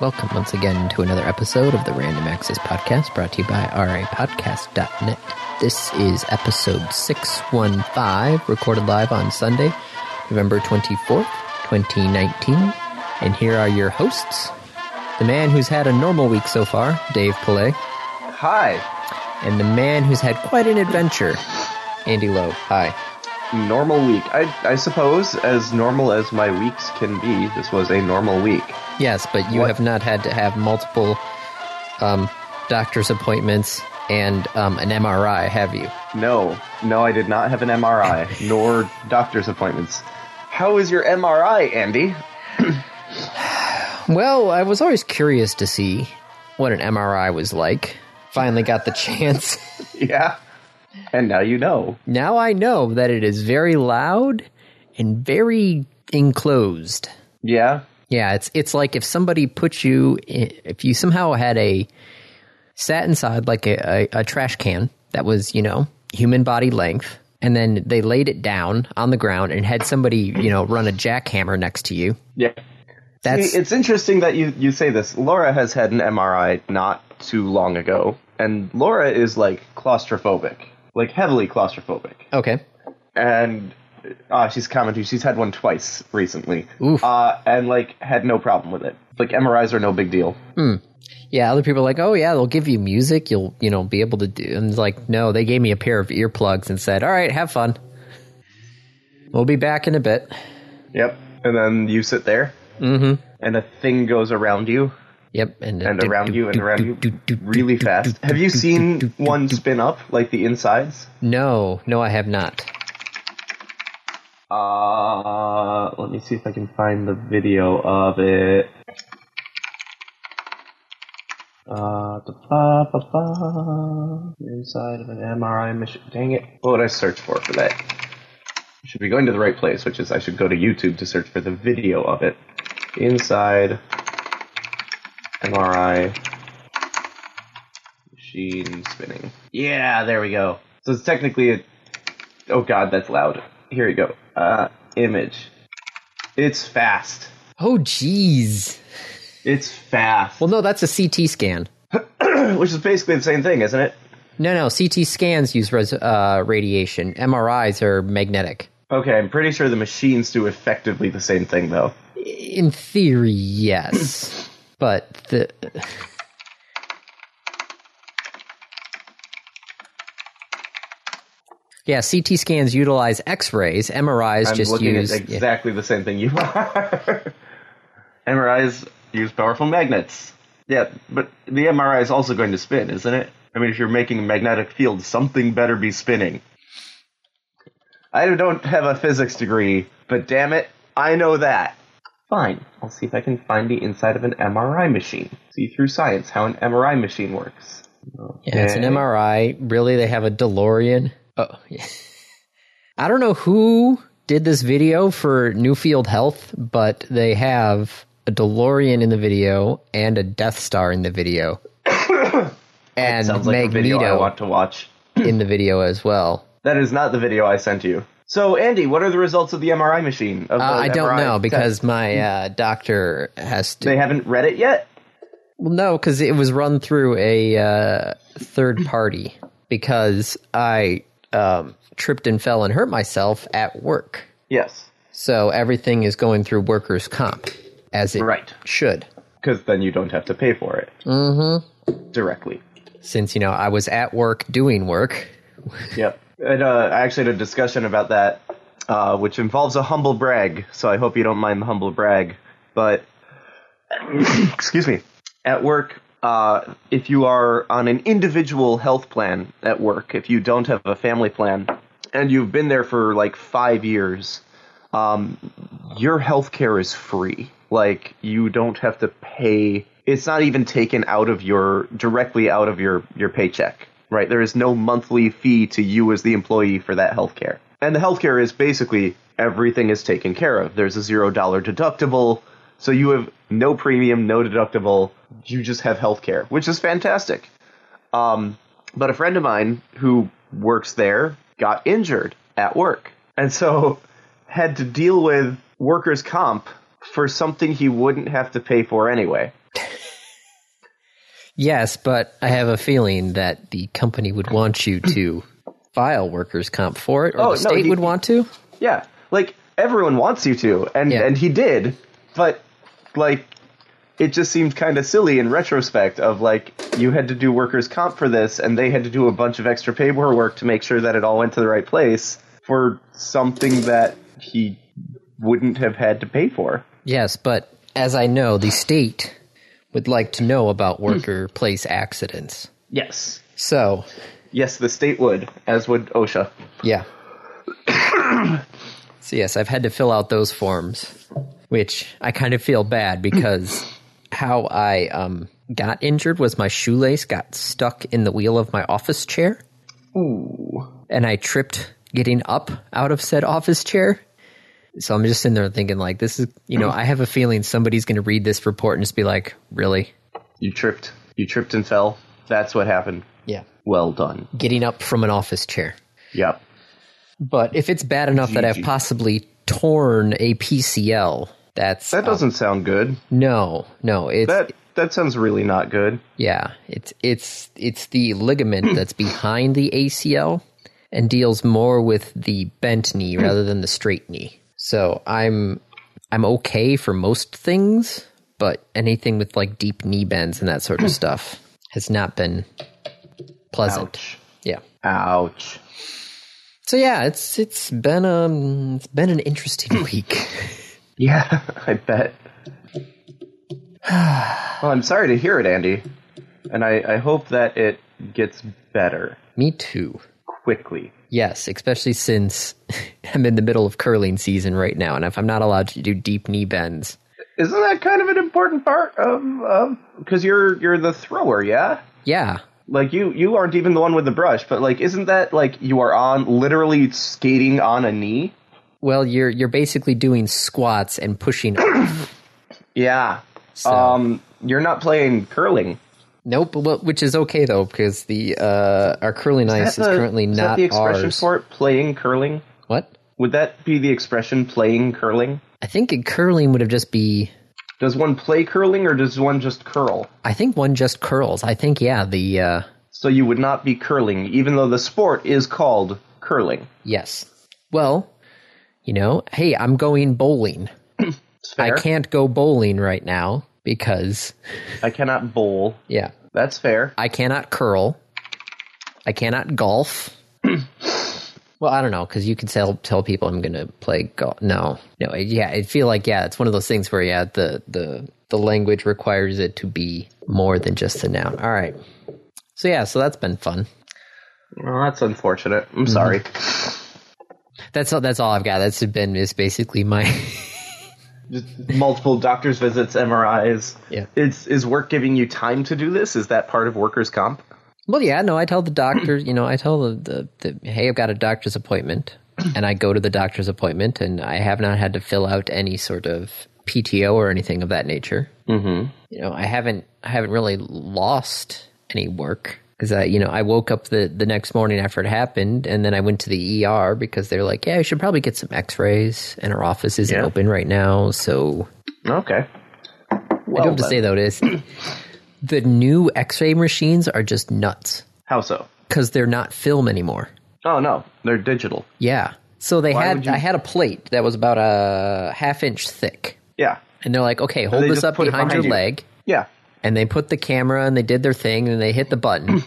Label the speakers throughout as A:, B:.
A: Welcome once again to another episode of the Random Access Podcast brought to you by rapodcast.net. This is episode 615, recorded live on Sunday, November 24th, 2019. And here are your hosts the man who's had a normal week so far, Dave Pillay,
B: Hi.
A: and the man who's had quite an adventure, Andy Lowe. Hi.
B: Normal week. I, I suppose as normal as my weeks can be, this was a normal week.
A: Yes, but you
B: What?
A: have not had to have multiple um, doctor's appointments and um, an MRI, have you?
B: No, no, I did not have an MRI, nor doctor's appointments. How is your MRI, Andy?
A: Well, I was always curious to see what an MRI was like. Finally got the chance.
B: Yeah. And now you know.
A: now I know that it is very loud and very enclosed.
B: Yeah.
A: Yeah, it's it's like if somebody put you i- if you somehow had a sat inside like a, a, a trash can that was, you know, human body length and then they laid it down on the ground and had somebody, you know, run a jackhammer next to you.
B: Yeah.
A: That's
B: See, it's interesting that you, you say this. Laura has had an MRI not too long ago, and Laura is like claustrophobic, like heavily claustrophobic.
A: okay.
B: and uh, she's commenting. She's had one twice recently,
A: Oof.
B: Uh, and like had no problem with it. Like MRIs are no big deal.
A: Yeah, other people are like, oh yeah, they'll give you music. You'll you know be able to do. And it's like, no, they gave me a pair of earplugs and said, all right, have fun. We'll be back in a bit.
B: Yep. And then you sit there,
A: Mm-hmm.
B: and a thing goes around you
A: Yep. And,
B: and around you and around you really fast. Have you seen one spin up like the insides?
A: No, no, I have not.
B: Uh, let me see if I can find the video of it. Uh, ba-ba-ba-ba. inside of an MRI machine. Dang it! What would I search for for that? I should be going to the right place, which is I should go to YouTube to search for the video of it. Inside MRI machine spinning. Yeah, there we go. So it's technically a Oh god, that's loud. Here we go. Uh, image. It's fast.
A: Oh, jeez.
B: It's fast.
A: Well, no, that's a CT scan.
B: Which is basically the same thing, isn't it?
A: No, no, CT scans use res- uh, radiation. MRIs are magnetic.
B: Okay, I'm pretty sure the machines do effectively the same thing, though.
A: In theory, yes, but the yeah, CT scans utilize X-rays. MRIs
B: I'm
A: just
B: looking
A: use
B: at
A: yeah.
B: exactly the same thing you are. MRIs use powerful magnets. Yeah, but the MRI is also going to spin, isn't it? I mean, if you're making a magnetic field, something better be spinning. I don't have a physics degree, but damn it, I know that. Fine, I'll see if I can find the inside of an MRI machine. See through science how an MRI machine works.
A: Yeah,
B: Eh.
A: it's an MRI. Really, they have a DeLorean. Oh, yeah. I don't know who did this video for Newfield Health, but they have a DeLorean in the video and a Death Star in the video, and
B: Sounds like a video I
A: Magneto
B: want to watch.
A: in the video as well.
B: That is not the video I sent you. So, Andy, what are the results of the MRI machine? Of
A: Uh,
B: the
A: I don't
B: MRI
A: know
B: test?
A: because my uh, doctor has to.
B: they haven't read it yet.
A: Well, no, because it was run through a uh, third party because I um, tripped and fell and hurt myself at work.
B: Yes,
A: So everything is going through workers' comp as it
B: Right.
A: should.
B: because then you don't have to pay for it mm-hmm. directly.
A: Since, you know, I was at work doing work.
B: Yep. And uh, I actually had a discussion about that, uh, which involves a humble brag. So I hope you don't mind the humble brag. But excuse me, at work, uh, if you are on an individual health plan at work, if you don't have a family plan, and you've been there for like five years, um, your health care is free. Like you don't have to pay. It's not even taken out of your directly out of your your paycheck, right? There is no monthly fee to you as the employee for that health care. And the health care is basically everything is taken care of. There's a zero dollar deductible, so you have no premium, no deductible. You just have health care, which is fantastic. Um, but a friend of mine who works there got injured at work, and so had to deal with workers' comp for something he wouldn't have to pay for anyway.
A: Yes, but I have a feeling that the company would want you to file workers' comp for it, or
B: Oh,
A: the
B: no,
A: state
B: he-
A: would want to.
B: Yeah, like everyone wants you to, and
A: Yeah.
B: and he did, but like it just seemed kind of silly in retrospect. Of like you had to do workers' comp for this, and they had to do a bunch of extra paperwork to make sure that it all went to the right place for something that he wouldn't have had to pay for.
A: Yes, but as I know, the state would like to know about
B: Hmm.
A: worker place accidents.
B: Yes.
A: So,
B: Yes, the state would, as would OSHA.
A: yeah. so, yes, I've had to fill out those forms, which I kind of feel bad because how I um, got injured was my shoelace got stuck in the wheel of my office chair. Ooh. And I tripped getting up out of said office chair. So I'm just sitting there thinking, like, this is, you know, I have a feeling somebody's going to read this report and just be like, really?
B: You tripped. You tripped and fell. That's what happened.
A: Yeah.
B: Well done.
A: Getting up from an office chair.
B: Yep.
A: But if it's bad enough that I've
B: GG.
A: possibly torn a PCL, that's
B: That doesn't sound good.
A: no, no. It's
B: That that sounds really not good.
A: yeah, it's it's it's the
B: Hmm.
A: ligament that's behind the ACL and deals more with the bent knee
B: Hmm.
A: rather than the straight knee. So I'm I'm okay for most things, but anything with like deep knee bends and that
B: Hmm.
A: sort of stuff has not been pleasant.
B: Ouch.
A: Yeah.
B: Ouch.
A: So yeah, it's it's been um it's been an interesting week.
B: Yeah, I bet. well, I'm sorry to hear it, Andy. And I, I hope that it gets better
A: Me too.
B: quickly.
A: Yes, especially since I'm in the middle of curling season right now, and if I'm not allowed to do deep knee bends,
B: Isn't that kind of an important part of of because you're you're the thrower, yeah?
A: yeah,
B: Like you you aren't even the one with the brush, but like isn't that like you are on literally skating on a knee?
A: well, you're you're basically doing squats and pushing. up.
B: Yeah.
A: So.
B: Um you're not playing curling.
A: nope, well, which is okay though because the uh, our curling ice is
B: the-
A: currently
B: is
A: not
B: that the expression
A: ours.
B: for it? Playing curling?
A: what?
B: Would that be the expression playing curling?
A: I think in curling would have just be.
B: Does one play curling or does one just curl?
A: I think one just curls. I think yeah, the uh,
B: So you would not be curling, even though the sport is called curling.
A: yes. Well, you know, hey, I'm going bowling.
B: It's fair.
A: I can't go bowling right now because
B: I cannot bowl.
A: yeah,
B: That's fair.
A: I cannot curl. I cannot golf. well, I don't know because you can tell tell people I'm going to play golf. No, no, I- yeah, I feel like yeah, it's one of those things where yeah, the the the language requires it to be more than just a noun. All right. So yeah, so that's been fun.
B: Well, that's unfortunate. I'm
A: Mm-hmm.
B: sorry.
A: That's all. That's all I've got. That's been is basically my
B: Just multiple doctor's visits, MRIs.
A: Yeah.
B: Is is work giving you time to do this? Is that part of workers' comp?
A: Well, yeah, no, I tell the doctor, you know, I tell the, the, the hey, I've got a doctor's appointment, and I go to the doctor's appointment, and I have not had to fill out any sort of PTO or anything of that nature. Mm-hmm. You know, I haven't, I haven't really lost any work because I, you know, I woke up the the next morning after it happened, and then I went to the ER because they're like, yeah, you should probably get some X-rays, and our office isn't
B: Yeah.
A: open right now, so
B: Okay. Well,
A: I do have to
B: then.
A: say though, it is the new X-ray machines are just nuts
B: How so?
A: because they're not film anymore.
B: Oh no, they're digital.
A: Yeah. So they had
B: would you-
A: I had a plate that was about a half inch thick,
B: Yeah.
A: and they're like, okay, hold
B: they
A: this
B: just
A: up
B: put it
A: behind,
B: behind
A: your
B: you.
A: leg,
B: Yeah.
A: and they put the camera and they did their thing and they hit the button,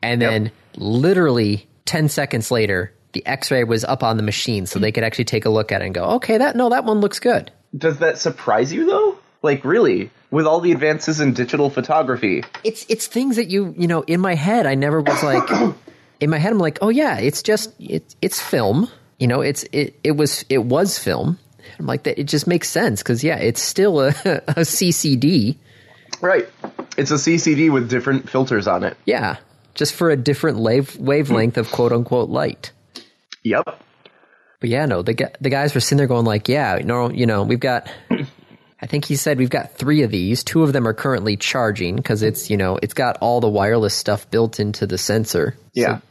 A: and then literally ten seconds later, the X-ray was up on the machine, so they could actually take a look at it and go, okay, that no, that one looks good.
B: Does that surprise you though? Like really, with all the advances in digital photography,
A: It's it's things that you you know in my head I never was like in my head I'm like oh yeah it's just it, it's film you know it's it it was it was film I'm like that it just makes sense because yeah it's still a, a CCD
B: Right. It's a CCD with different filters on it.
A: yeah just for a different wave, wavelength of quote unquote light
B: Yep.
A: but yeah no the gu- the guys were sitting there going like yeah no you know we've got I think he said we've got three of these two of them are currently charging because it's you know it's got all the wireless stuff built into the sensor
B: Yeah.
A: So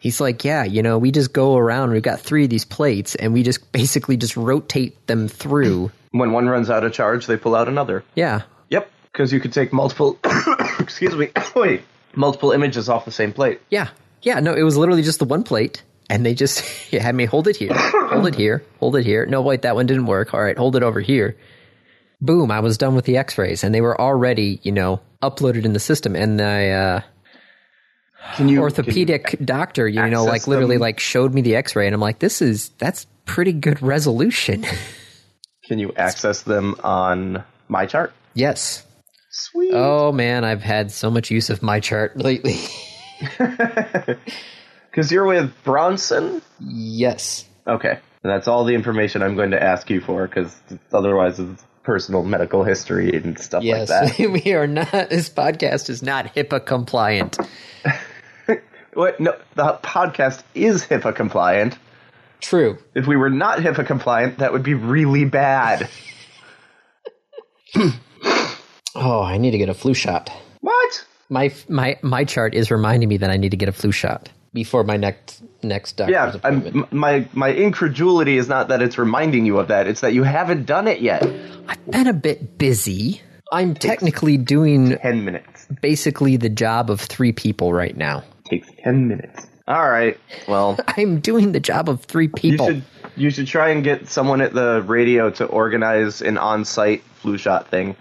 A: He's like, yeah, you know, we just go around. We've got three of these plates, and we just basically just rotate them through.
B: when one runs out of charge, they pull out another.
A: Yeah,
B: Yep. Because you could take multiple excuse me, wait, multiple images off the same plate.
A: Yeah. Yeah. No, it was literally just the one plate. And they just had me hold it here, hold it here, hold it here. No, wait, that one didn't work. All right, hold it over here. Boom, I was done with the x rays. And they were already, you know, uploaded in the system. And I, uh,
B: Can you
A: orthopedic doctor, you know,
B: access
A: like literally
B: them?
A: like showed me the x-ray and I'm like, this is that's pretty good resolution.
B: Can you, can you access them on my chart? Uh,
A: yes.
B: Sweet.
A: Oh man, I've had so much use of my chart lately.
B: Because you're with Bronson.
A: yes.
B: Okay, and that's all the information I'm going to ask you for. Because otherwise, it's personal medical history and stuff
A: Yes.
B: like that.
A: we are not this podcast is not HIPAA compliant.
B: What? No, the podcast is HIPAA compliant.
A: True.
B: If we were not HIPAA compliant, that would be really bad.
A: Oh, I need to get a flu shot.
B: what?
A: My my my chart is reminding me that I need to get a flu shot before my next next doctor's
B: Yeah,
A: appointment.
B: I'm, m- my my incredulity is not that it's reminding you of that; it's that you haven't done it yet.
A: I've been a bit busy. I'm technically doing
B: Ten minutes
A: basically the job of three people right now.
B: takes ten minutes. All right. Well,
A: I'm doing the job of three
B: you
A: people.
B: should you should try and get someone at the radio to organize an on-site flu shot thing.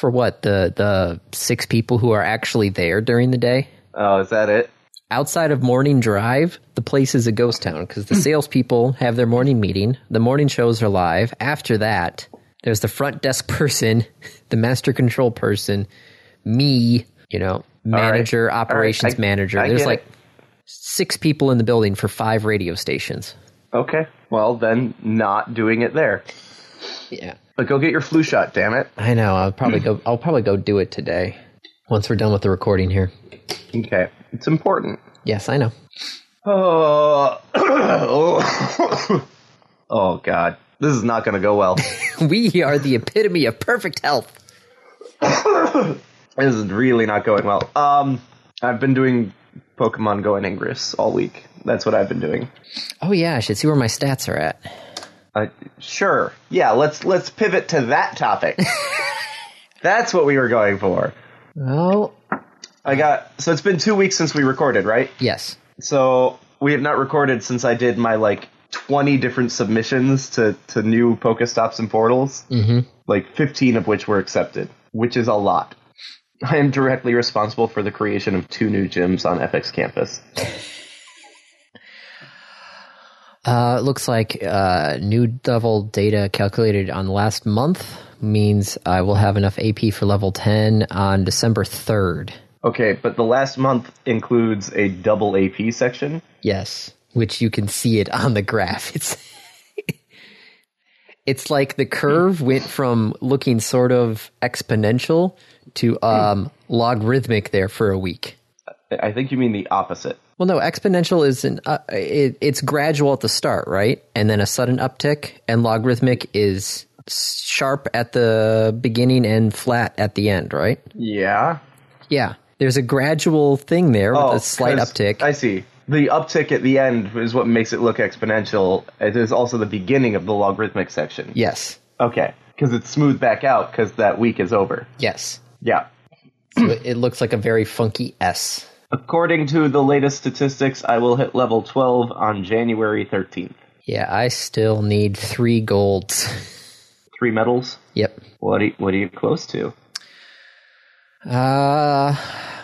A: For what? The the six people who are actually there during the day?
B: Oh, is that it?
A: Outside of morning drive, the place is a ghost town because the salespeople have their morning meeting. The morning shows are live. After that, there's the front desk person, the master control person, me, you know, manager, operations
B: I-
A: manager.
B: I
A: there's
B: get
A: like
B: it.
A: six people in the building for five radio stations.
B: Okay. Well, then not doing it there.
A: Yeah. Hmm.
B: But go get your flu shot, damn it.
A: I know. I'll probably go. I'll probably go do it today. Once we're done with the recording here.
B: Okay. It's important.
A: Yes, I know.
B: Oh. oh. god. This is not going to go well.
A: We are the epitome of perfect health.
B: this is really not going well. Um I've been doing Pokemon Go and Ingress all week. That's what I've been doing.
A: Oh yeah, I should see where my stats are at.
B: Uh, sure. Yeah, let's let's pivot to that topic. That's what we were going for.
A: Well,
B: I got so it's been 2 weeks since we recorded, right?
A: yes.
B: So we have not recorded since I did my like twenty different submissions to to new Pokestops and portals. Mm-hmm. Like fifteen of which were accepted, which is a lot. I am directly responsible for the creation of two new gyms on FX campus.
A: Uh, it looks like uh, new level data calculated on last month means I will have enough AP for level ten on December third.
B: Okay, but the last month includes a double AP section.
A: Yes, which you can see it on the graph. It's it's like the curve went from looking sort of exponential to um, logarithmic there for a week.
B: I- I think you mean the opposite.
A: Well, no, exponential is an uh, it, it's gradual at the start, right, and then a sudden uptick, and logarithmic is sharp at the beginning and flat at the end, right?
B: Yeah.
A: Yeah, there's a gradual thing there with a slight
B: 'cause-
A: uptick.
B: Oh, I see. The uptick at the end is what makes it look exponential. It is also the beginning of the logarithmic section.
A: yes,
B: Okay, because it's smoothed back out because that week is over.
A: yes,
B: Yeah.
A: so it it looks like a very funky S.
B: According to the latest statistics, I will hit level 12 on January 13th.
A: Yeah, I still need three golds.
B: Three medals.
A: yep.
B: What are, what are you close to?
A: Uh,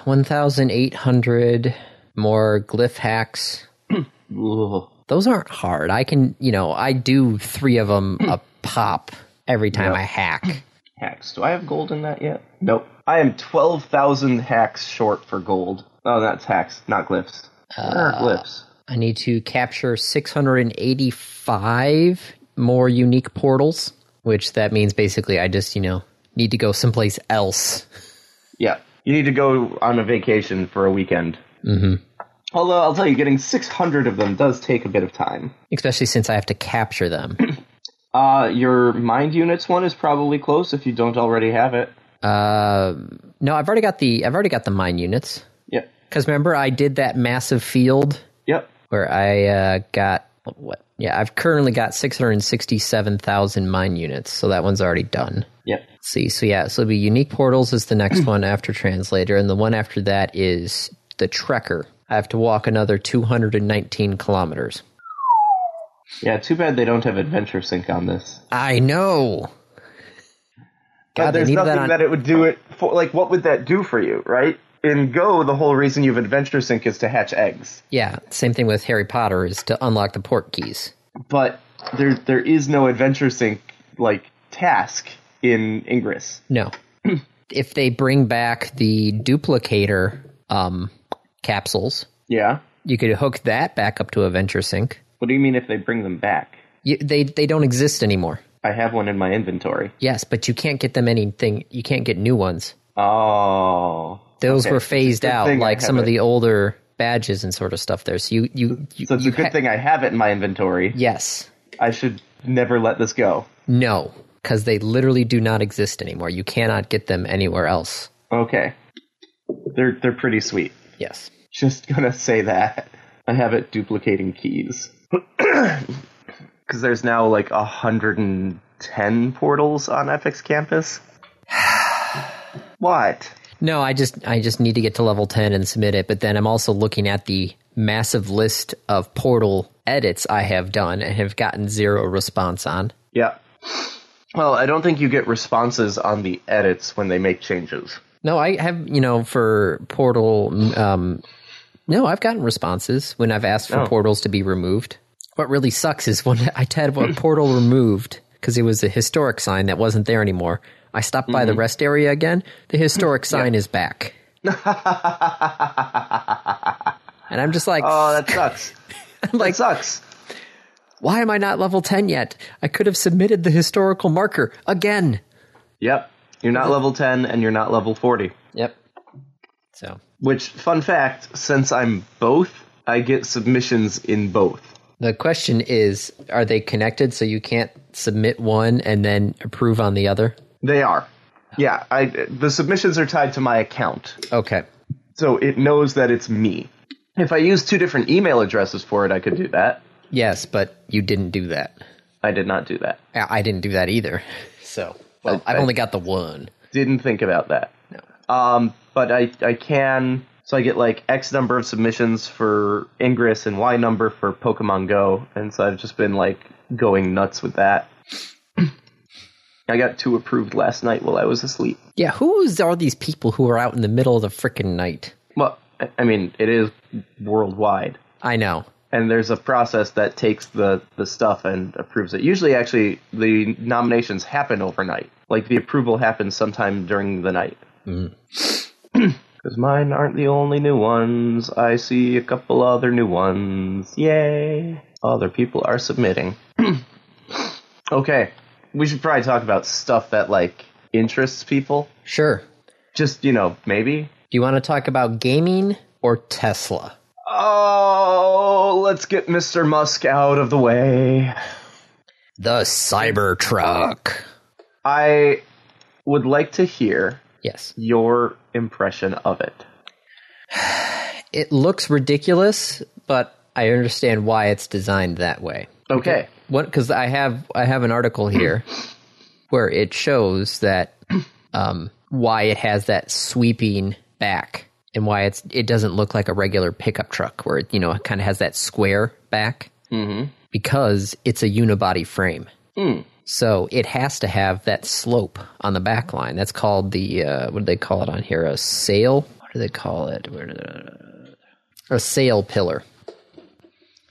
A: 1,800 more glyph hacks.
B: Ugh.
A: Those aren't hard. I can, you know, I do three of them a pop every time I hack.
B: Hacks. Do I have gold in that yet? Nope. I am 12,000 hacks short for gold. Oh, that's hacks, not glyphs. Where are glyphs?
A: I need to capture 685 more unique portals, which that means basically I just, you know, need to go someplace else.
B: Yeah. You need to go on a vacation for a weekend. Mm-hmm. Although, I'll tell you, getting 600 of them does take a bit of time.
A: Especially since I have to capture them.
B: Uh, your mind units one is probably close if you don't already have it.
A: Uh, no, I've already got the I've already got the mine units.
B: Yep.
A: Because remember, I did that massive field
B: Yep.
A: where I uh, got what? Yeah, I've currently got 667,000 mine units, so that one's already done.
B: Yep.
A: Let's see, so yeah, so it'll be Unique Portals is the next one after Translator, and the one after that is the Trekker. I have to walk another 219 kilometers.
B: Yeah, too bad they don't have Adventure Sync on this.
A: I know!
B: but
A: God, they
B: there's
A: needed
B: nothing
A: that
B: that,
A: on-
B: it would do it for. Like, what would that do for you, right? In Go, the whole reason you have Adventure Sync is to hatch eggs.
A: Yeah, same thing with Harry Potter is to unlock the port keys.
B: But there, there is no Adventure Sync, like, task in Ingress.
A: No. if they bring back the duplicator um, capsules,
B: Yeah?
A: you could hook that back up to Adventure Sync.
B: What do you mean if they bring them back?
A: You, they they don't exist anymore.
B: I have one in my inventory.
A: Yes, but you can't get them anything. You can't get new ones.
B: Oh.
A: Those
B: Okay.
A: were phased
B: Good
A: out,
B: thing I
A: like some
B: have
A: of
B: it.
A: the older badges and sort of stuff. There, so you you, you
B: So it's a
A: you
B: good
A: ha-
B: thing I have it in my inventory.
A: Yes,
B: I should never let this go.
A: no, because they literally do not exist anymore. You cannot get them anywhere else.
B: Okay. They're they're pretty sweet.
A: Yes.
B: Just gonna say that. I have it duplicating keys. Cause there's now like hundred and ten portals on FX campus. what?
A: No, I just I just need to get to level 10 and submit it, but then I'm also looking at the massive list of portal edits I have done and have gotten zero response on.
B: Yeah. Well, I don't think you get responses on the edits when they make changes.
A: No, I have, you know, for portal um no, I've gotten responses when I've asked for
B: Oh.
A: portals to be removed. What really sucks is when I had one portal removed because it was a historic sign that wasn't there anymore. I stopped by the rest area again. The historic sign is back. and I'm just like,
B: Oh, that sucks.
A: like
B: that sucks.
A: Why am I not level 10 yet? I could have submitted the historical marker again.
B: Yep. You're not level 10 and you're not level 40.
A: Yep. So,
B: Which, fun fact, since I'm both, I get submissions in both.
A: the question is are they connected so you can't submit one and then approve on the other?
B: They are. Yeah, I the submissions are tied to my account.
A: Okay.
B: So it knows that it's me. If I use two different email addresses for it, I could do that.
A: Yes, but you didn't do that.
B: I did not do that.
A: I I didn't do that either. So, well, I've only got the one.
B: Didn't think about that. No. Um, but I I can so I get like X number of submissions for Ingress and Y number for Pokemon Go, and so I've just been like going nuts with that. I got two approved last night while I was asleep.
A: Yeah, who's are these people who are out in the middle of the frickin' night?
B: Well, I- I mean, it is worldwide,
A: I know.
B: and there's a process that takes the the stuff and approves it. Usually, actually, the nominations happen overnight. Like the approval happens sometime during the night. Because mine aren't the only new ones. I see a couple other new ones. Yay! Other people are submitting. okay, we should probably talk about stuff that like interests people.
A: Sure.
B: Just you know, maybe.
A: Do you want to talk about gaming or Tesla?
B: Oh, let's get Mr. Musk out of the way.
A: The Cybertruck.
B: I would like to hear
A: Yes.
B: your impression of it.
A: it looks ridiculous, but I understand why it's designed that way.
B: Okay.
A: What? Because I have I have an article here where it shows that um, why it has that sweeping back and why it's it doesn't look like a regular pickup truck where it, you know it kind of has that square back because it's a unibody frame. So it has to have that slope on the back line. That's called the uh, what do they call it on here? A sail? What do they call it? Where did a sail pillar.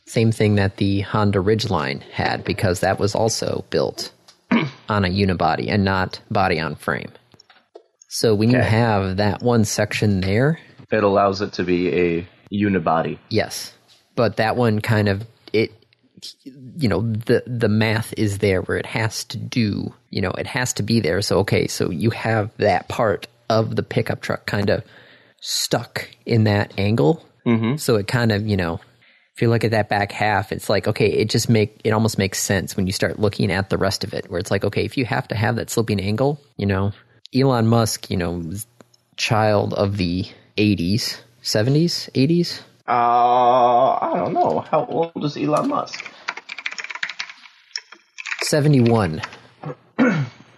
A: Same thing that the Honda Ridgeline had because that was also built on a unibody and not body on frame. So when you
B: Okay.
A: have that one section there,
B: It allows it to be a unibody.
A: yes, but that one kind of it you know the the math is there where it has to do, you know, it has to be there. So okay, so you have that part of the pickup truck kind of stuck in that angle. Mm-hmm. So it kind of, you know, if you look at that back half, it's like, okay, it just make it almost makes sense when you start looking at the rest of it, where it's like, okay, if you have to have that sloping angle, you know, Elon Musk, you know, was child of the eighties, seventies, eighties.
B: Uh, I don't know. How old is Elon Musk?
A: 71.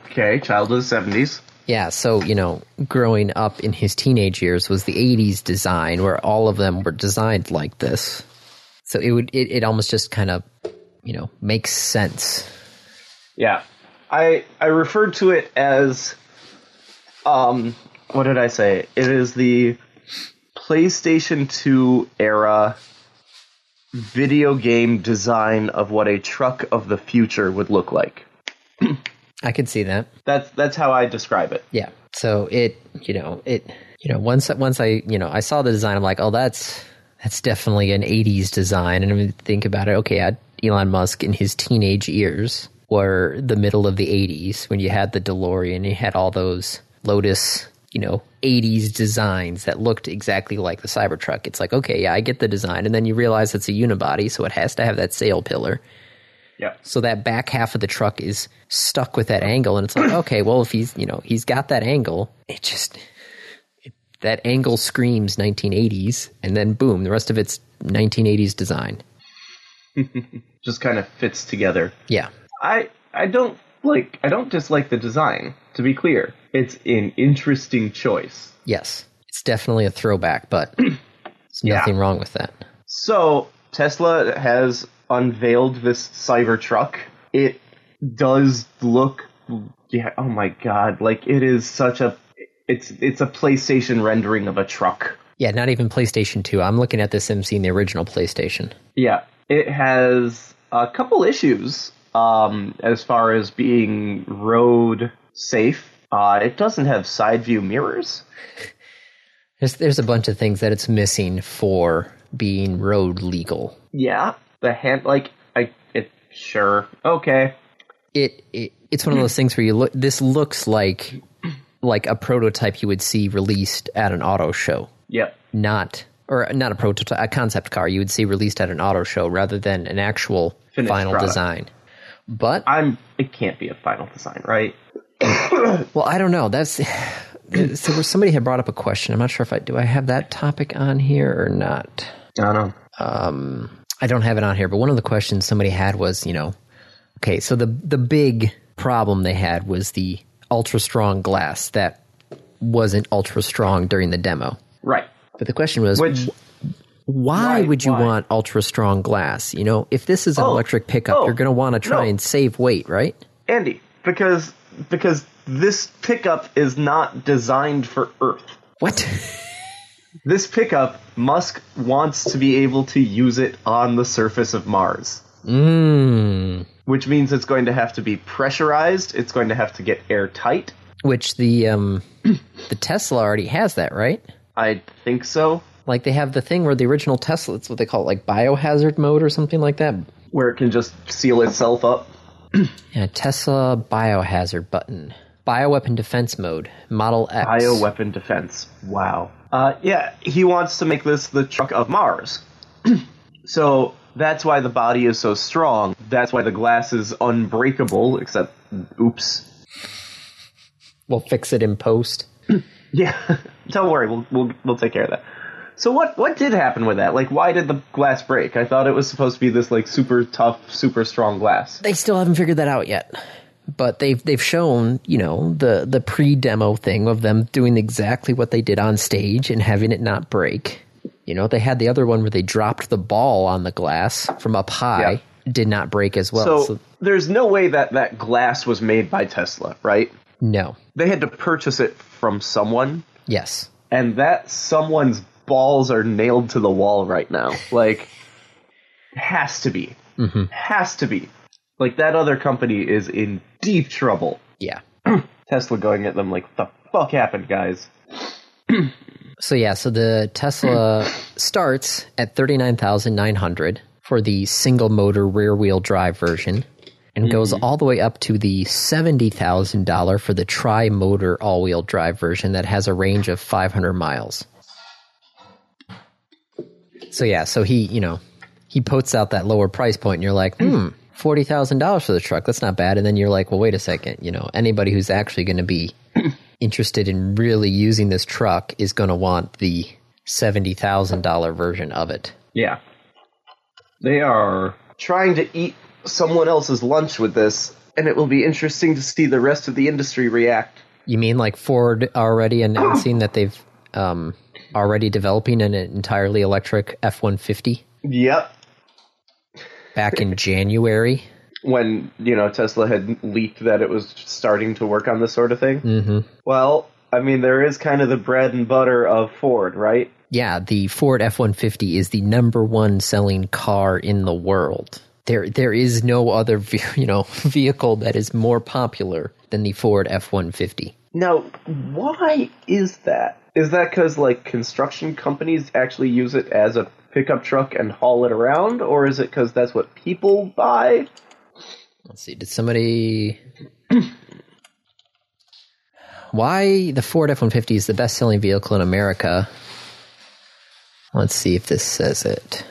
B: Okay, child of the 70s.
A: Yeah, so, you know, growing up in his teenage years was the 80s design where all of them were designed like this. So it would, it, it almost just kind of, you know, makes sense.
B: Yeah. I I referred to it as um what did I say? It is the PlayStation 2 era video game design of what a truck of the future would look like.
A: I could see that.
B: That's that's how I describe it.
A: Yeah. So it, you know, it, you know, once once I, you know, I saw the design, I'm like, oh, that's that's definitely an '80s design. And I mean, think about it. Okay, I, Elon Musk in his teenage years were the middle of the '80s when you had the DeLorean, you had all those Lotus, you know, '80s designs that looked exactly like the Cybertruck. It's like, okay, yeah, I get the design, and then you realize it's a unibody, so it has to have that sail pillar.
B: Yeah.
A: So that back half of the truck is stuck with that angle, and it's like, okay, well, if he's you know he's got that angle, it just it, that angle screams 1980s, and then boom, the rest of it's 1980s design.
B: Just kind of fits together.
A: Yeah,
B: I I don't like I don't dislike the design, to be clear. It's an interesting choice.
A: yes, it's definitely a throwback, but there's
B: Yeah.
A: nothing wrong with that.
B: So Tesla has unveiled this Cybertruck. It does look, yeah. Oh my god! Like it is such a, it's it's a PlayStation rendering of a truck.
A: Yeah, not even PlayStation 2. I'm looking at this MC in the original PlayStation.
B: Yeah, it has a couple issues um, as far as being road safe. Uh, it doesn't have side view mirrors.
A: There's there's a bunch of things that it's missing for being road legal.
B: Yeah, the hand like I it sure okay.
A: it, it it's one of those things where you look this looks like like a prototype you would see released at an auto show
B: Yep.
A: not or not a prototype a concept car you would see released at an auto show rather than an actual
B: Finished
A: final
B: product.
A: design but
B: I'm. It can't be a final design, right?
A: well i don't know that's so where somebody had brought up a question i'm not sure if i do i have that topic on here or not
B: I don't know.
A: I don't have it on here, but one of the questions somebody had was, you know, okay, so the the big problem they had was the ultra strong glass that wasn't ultra strong during the demo.
B: Right.
A: But the question was,
B: Which
A: why
B: why-
A: would you
B: why?
A: want ultra strong glass? You know, if this is an
B: Oh,
A: electric pickup,
B: oh,
A: you're going to want to try
B: no.
A: and save weight, right?
B: Andy, because because this pickup is not designed for Earth.
A: What?
B: This pickup, Musk wants to be able to use it on the surface of Mars,
A: mm.
B: which means it's going to have to be pressurized. It's going to have to get airtight.
A: Which the um the Tesla already has that, right?
B: I think so.
A: Like they have the thing where the original Tesla, it's what they call it, like biohazard mode or something like that.
B: Where it can just seal itself up.
A: Yeah, Tesla biohazard button. Bioweapon defense mode. Model X.
B: Bioweapon defense. Wow. Uh, yeah, he wants to make this the truck of Mars. so that's why the body is so strong. That's why the glass is unbreakable, except, oops.
A: We'll fix it in post.
B: Yeah, don't worry, we'll, we'll, we'll take care of that. So what, what did happen with that? Like, why did the glass break? I thought it was supposed to be this, like, super tough, super strong glass.
A: They still haven't figured that out yet. But they've they've shown, you know, the the pre-demo thing of them doing exactly what they did on stage and having it not break. You know, they had the other one where they dropped the ball on the glass from up high, did not break as well.
B: So there's no way that that glass was made by Tesla, right?
A: no.
B: They had to purchase it from someone.
A: Yes.
B: and that someone's balls are nailed to the wall right now. Like, has to be. Has to be. Like, that other company is in deep trouble.
A: Yeah.
B: Tesla going at them like, the fuck happened, guys?
A: So yeah, so the Tesla starts at 39,900 for the single motor rear wheel drive version and goes all the way up to the $70,000 for the tri motor all wheel drive version that has a range of 500 miles. So yeah, so he, you know, he puts out that lower price point and you're like, "Hmm, $40,000 for the truck. That's not bad." And then you're like, "Well, wait a second, you know, anybody who's actually going to be interested in really using this truck is going to want the $70,000 version of it.
B: Yeah. They are trying to eat someone else's lunch with this, and it will be interesting to see the rest of the industry react.
A: You mean like Ford already announcing that they've um, already developing an entirely electric F one fifty
B: Yep.
A: back in January?
B: When, you know, Tesla had leaked that it was starting to work on this sort of thing.
A: hmm
B: Well, I mean, there is kind of the bread and butter of Ford, right?
A: Yeah, the Ford F one fifty is the number one selling car in the world. There, there is no other ve- you know vehicle that is more popular than the Ford F one fifty.
B: Now, why is that? Is that because, like, construction companies actually use it as a pickup truck and haul it around? Or is it because that's what people buy?
A: Let's see. Did somebody? Why the Ford F one fifty is the best selling vehicle in America? Let's see if this says it.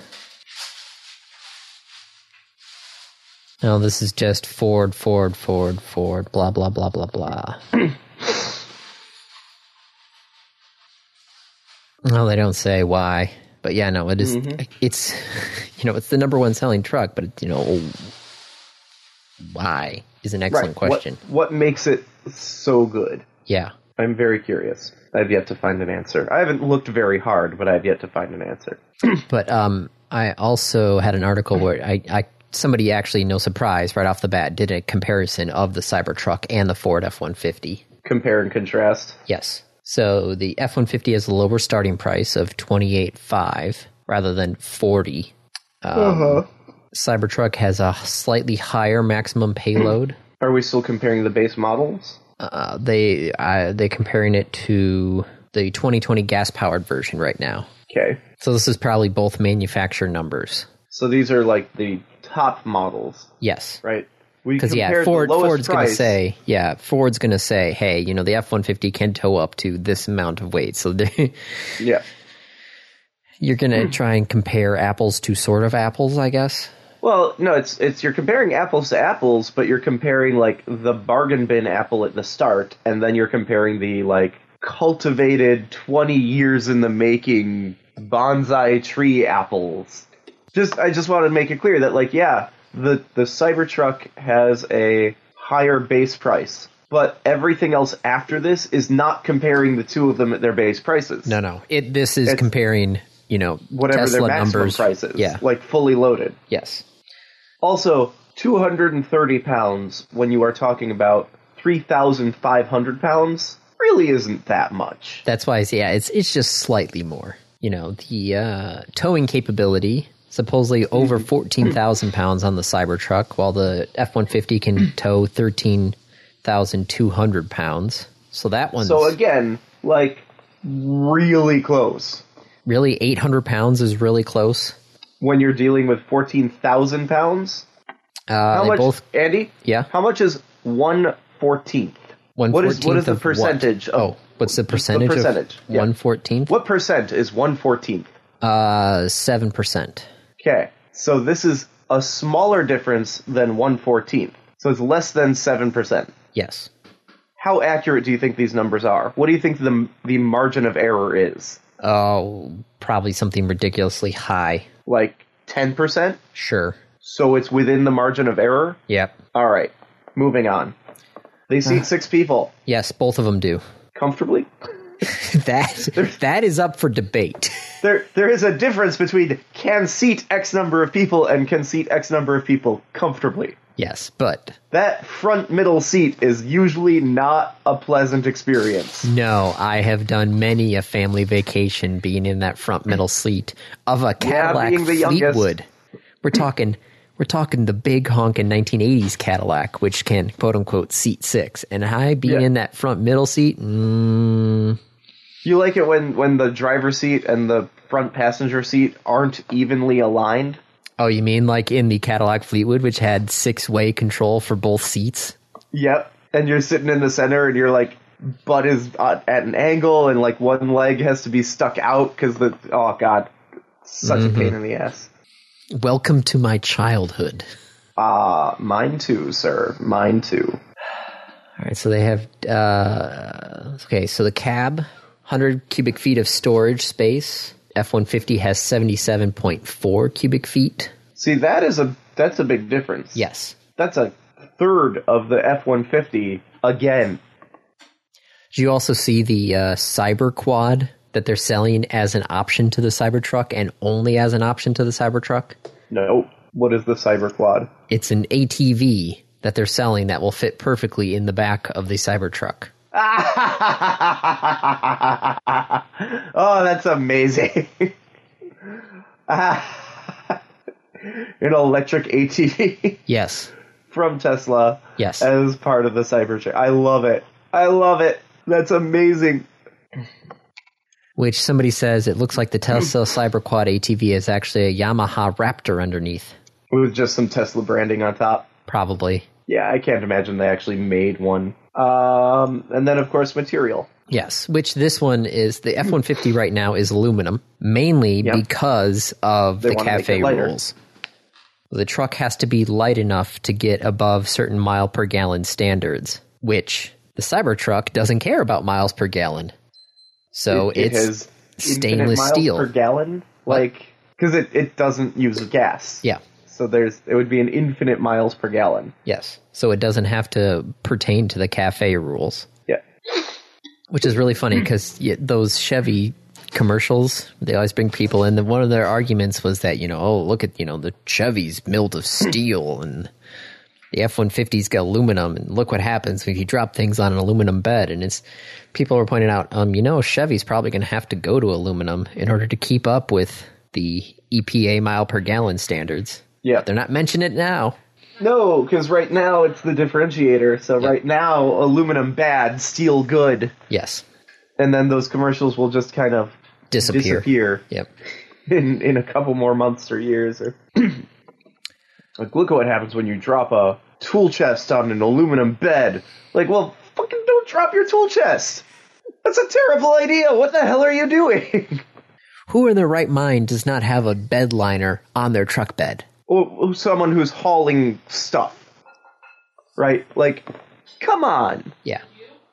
A: No, this is just Ford, Ford, Ford, Ford, blah blah blah blah blah. no, they don't say why, but yeah, no, it is- It's you know, it's the number one selling truck, but you know, why is an excellent
B: What-
A: question.
B: What, makes it so good?
A: Yeah.
B: I'm very curious. I've yet to find an answer. I haven't looked very hard, but I've yet to find an answer.
A: But um, I also had an article where I, I somebody actually, no surprise, right off the bat, did a comparison of the Cybertruck and the Ford F one fifty.
B: Compare and contrast.
A: Yes. So the F one fifty has a lower starting price of twenty eight five rather than forty. Um, Cybertruck has a slightly higher maximum payload.
B: Are we still comparing the base models?
A: Uh, they uh, they comparing it to the 2020 gas powered version right now.
B: Okay.
A: So this is probably both manufacturer numbers.
B: So these are like the top models,
A: Yes.
B: right? We
A: Because yeah,
B: compared
A: Ford
B: the lowest
A: Ford's going to
B: price.
A: say yeah, Ford's going to say hey, you know the F one fifty can tow up to this amount of weight, so they,
B: yeah.
A: you're going
B: Hmm.
A: to try and compare apples to sort of apples, I guess.
B: Well, no, it's it's you're comparing apples to apples, but you're comparing like the bargain bin apple at the start, and then you're comparing the like cultivated twenty years in the making bonsai tree apples. Just I just want to make it clear that like yeah, the the Cybertruck has a higher base price, but everything else after this is not comparing the two of them at their base prices.
A: No, no, it this is comparing you know
B: whatever
A: Tesla
B: their maximum
A: numbers.
B: price is,
A: Yeah.
B: like fully loaded.
A: Yes.
B: Also, 230 pounds when you are talking about 3,500 pounds really isn't that much.
A: That's why, I say, yeah, it's it's just slightly more. You know, the uh, towing capability supposedly
B: Hmm.
A: over fourteen thousand pounds on the Cybertruck, while the F one fifty can tow thirteen thousand two hundred pounds. So that one's
B: So again, like really close.
A: really eight hundred pounds is really close.
B: When you're dealing with 14,000 pounds,
A: Uh,
B: how
A: they
B: much
A: both
B: Andy?
A: Yeah.
B: How much is 1/14th?
A: one
B: What is what
A: fourteenth
B: is the
A: of what?
B: percentage of
A: Oh, what's the percentage?
B: percentage,
A: Of
B: yeah.
A: one fourteenth.
B: What percent is 1/14th?
A: Uh, seven percent.
B: Okay. So this is a smaller difference than 1/14th. So it's less than 7%.
A: Yes.
B: how accurate do you think these numbers are? What do you think the the margin of error is?
A: Oh, probably something ridiculously high.
B: Like 10%?
A: Sure.
B: So it's within the margin of error?
A: Yep.
B: All right. Moving on. They seat 6 people
A: Yes, both of them do.
B: comfortably.
A: that that is up for debate.
B: There there is a difference between can seat x number of people and can seat x number of people comfortably.
A: Yes, but
B: That front middle seat is usually not a pleasant experience.
A: no, I have done many a family vacation being in that front middle seat of a Cadillac
B: being the youngest.
A: Fleetwood. We're talking we're talking the big honkin' 1980s Cadillac, which can quote unquote seat six, and I being
B: Yeah.
A: in that front middle seat. Mm,
B: You like it when when the driver's seat and the front passenger seat aren't evenly aligned?
A: oh, you mean like in the Cadillac Fleetwood, which had six way control for both seats?
B: Yep. And you're sitting in the center, and you're like, butt is at at an angle, and like one leg has to be stuck out because the oh god, such a pain in the ass.
A: Welcome to my childhood.
B: Ah, mine too, sir. Mine too.
A: All right, so they have uh, okay. So the cab, 100 cubic feet of storage space. F 150 has 77.4 cubic feet.
B: See, that is a That's a big difference.
A: Yes.
B: That's a third of the F one fifty again.
A: Do you also see the uh, Cyber Quad that they're selling as an option to the Cybertruck and only as an option to the Cybertruck?
B: No. What is the cyber quad?
A: It's an ATV that they're selling that will fit perfectly in the back of the Cybertruck.
B: oh, that's amazing. Ah. An electric ATV
A: Yes.
B: from Tesla
A: Yes.
B: as part of the Cybertruck. I love it. I love it. That's amazing.
A: Which somebody says it looks like the Tesla Cyberquad ATV is actually a Yamaha Raptor underneath.
B: With just some Tesla branding on top.
A: Probably.
B: Yeah, I can't imagine they actually made one. Um, and then, of course, material.
A: Yes, which this one is the F 150 right now is aluminum, mainly
B: Yep.
A: because of the
B: wanna make
A: cafe
B: it lighter.
A: rules. The truck has to be light enough to get above certain mile per gallon standards, which the Cybertruck doesn't care about miles per gallon. So
B: It
A: it's
B: has infinite
A: stainless
B: miles
A: steel.
B: per gallon. Like, because it, it doesn't use gas.
A: yeah,
B: So there's it would be an infinite miles per gallon.
A: yes. So it doesn't have to pertain to the cafe rules.
B: Yeah.
A: which is really funny because those Chevy commercials they always bring people in and one of their arguments was that you know oh look at you know the Chevy's built of steel and the F-150's got aluminum and look what happens if you drop things on an aluminum bed and it's people were pointing out um you know Chevy's probably going to have to go to aluminum in order to keep up with the EPA mile per gallon standards
B: Yeah.
A: they're not mentioning it now
B: No, because right now it's the differentiator. So right now, aluminum bad, steel good,
A: yes
B: and then those commercials will just kind of
A: disappear,
B: disappear
A: yep
B: in in a couple more months or years. Or like, look at what happens when you drop a tool chest on an aluminum bed. Like, well, fucking don't drop your tool chest. That's a terrible idea. What the hell are you doing?
A: who in their right mind does not have a bed liner on their truck bed
B: or, or someone who's hauling stuff, right? Like, come on.
A: Yeah.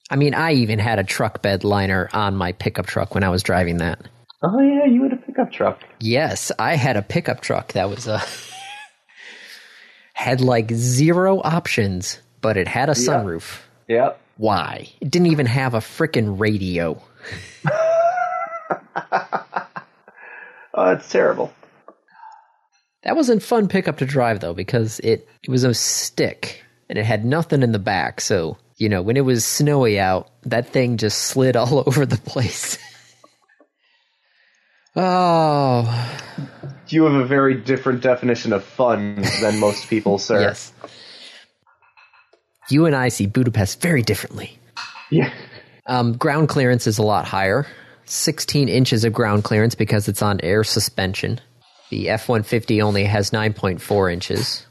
A: I mean, I even had a truck bed liner on my pickup truck when I was driving that.
B: Oh yeah, you had a pickup truck.
A: Yes, I had a pickup truck that was a had like zero options, but it had a sunroof.
B: Yep.
A: Why? It didn't even have a frickin' radio.
B: Oh, it's terrible.
A: That was a fun pickup to drive though, because it it was a stick and it had nothing in the back. So you know, when it was snowy out, that thing just slid all over the place. oh,
B: You have a very different definition of fun than most people, sir.
A: Yes. You and I see Budapest very differently.
B: Yeah.
A: Um, ground clearance is a lot higher 16 inches of ground clearance because it's on air suspension. The F 150 only has 9.4 inches.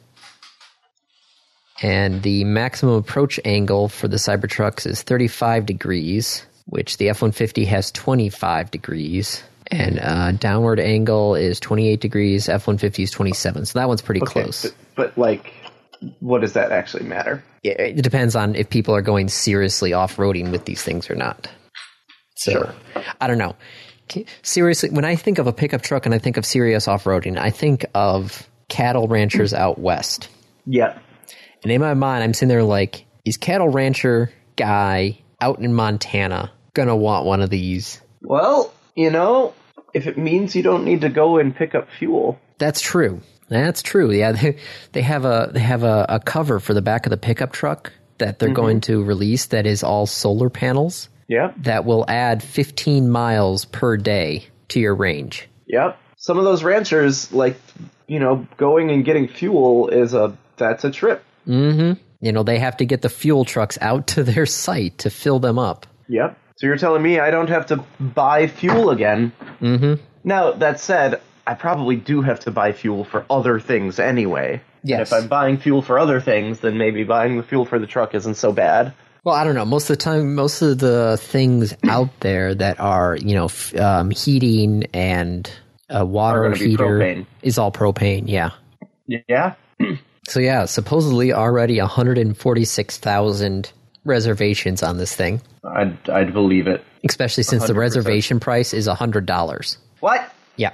A: And the maximum approach angle for the Cybertrucks is 35 degrees, which the F 150 has 25 degrees. And uh, downward angle is 28 degrees, F 150 is 27. So that one's pretty close.
B: But, but, like, what does that actually matter?
A: it it depends on if people are going seriously off roading with these things or not. So, I don't know. K- Seriously, when I think of a pickup truck and I think of serious off roading, I think of cattle ranchers out west.
B: Yep.
A: And in my mind, I'm sitting there like, is cattle rancher guy out in Montana gonna want one of these?
B: Well, you know, if it means you don't need to go and pick up fuel,
A: That's true. That's true. Yeah, they, they have a they have a, a cover for the back of the pickup truck that they're going to release that is all solar panels.
B: yep,
A: that will add 15 miles per day to your range.
B: yep. Some of those ranchers, like, you know, going and getting fuel is a that's a trip.
A: You know, they have to get the fuel trucks out to their site to fill them up.
B: Yep. So you're telling me I don't have to buy fuel again? Mm-hmm. Now that said, I probably do have to buy fuel for other things anyway. And
A: Yes.
B: if I'm buying fuel for other things, then maybe buying the fuel for the truck isn't so bad.
A: Well, I don't know. Most of the time, most of the things out there that are, you know, f- um, heating and uh, water
B: gonna be
A: heater
B: propane.
A: is all propane. Yeah.
B: Yeah.
A: So, yeah, supposedly already 146,000 reservations on this thing,
B: I'd I'd believe it.
A: especially since the reservation price is $100.
B: What?
A: Yeah.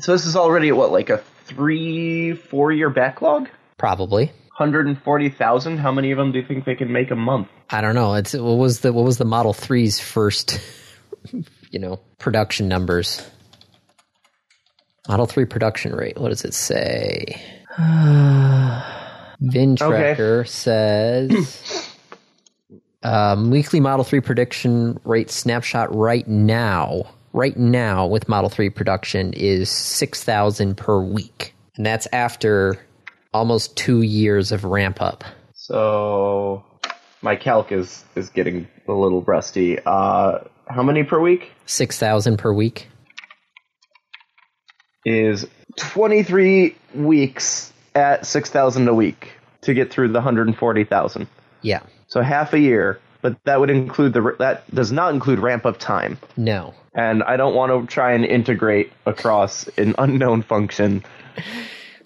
B: So this is already at what like a three, four year backlog?
A: Probably.
B: 140,000? How many of them do you think they can make a month?
A: I don't know. It's what was the what was the Model 3's first you know, production numbers? Model 3 production rate. What does it say? Vin Tracker says um, weekly Model 3 prediction rate snapshot right now. Right now with Model 3 production is 6,000 per week. And that's after almost 2 years of ramp up.
B: So my calc is is getting a little rusty. Uh, how many per week?
A: 6,000 per week.
B: Is 23 weeks at 6,000 a week to get through the 140,000.
A: Yeah.
B: So half a year, but that would include the that does not include ramp up time.
A: No.
B: And I don't want to try and integrate across an unknown function.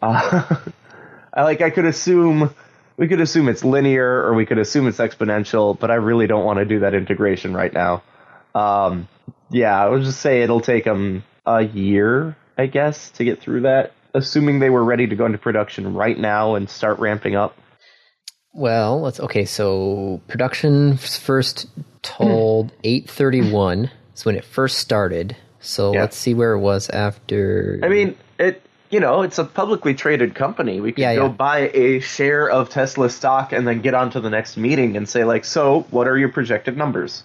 B: Uh, I like I could assume we could assume it's linear or we could assume it's exponential, but I really don't want to do that integration right now. Um, yeah, I would just say it'll take them a year, I guess, to get through that, assuming they were ready to go into production right now and start ramping up.
A: Well, let's okay. So production f- first told
B: Hmm.
A: eight thirty one is when it first started. So
B: Yeah.
A: let's see where it was after.
B: I mean, it you know, it's a publicly traded company. We could
A: Yeah,
B: go
A: yeah.
B: buy a share of Tesla stock and then get on to the next meeting and say like, "So, what are your projected numbers?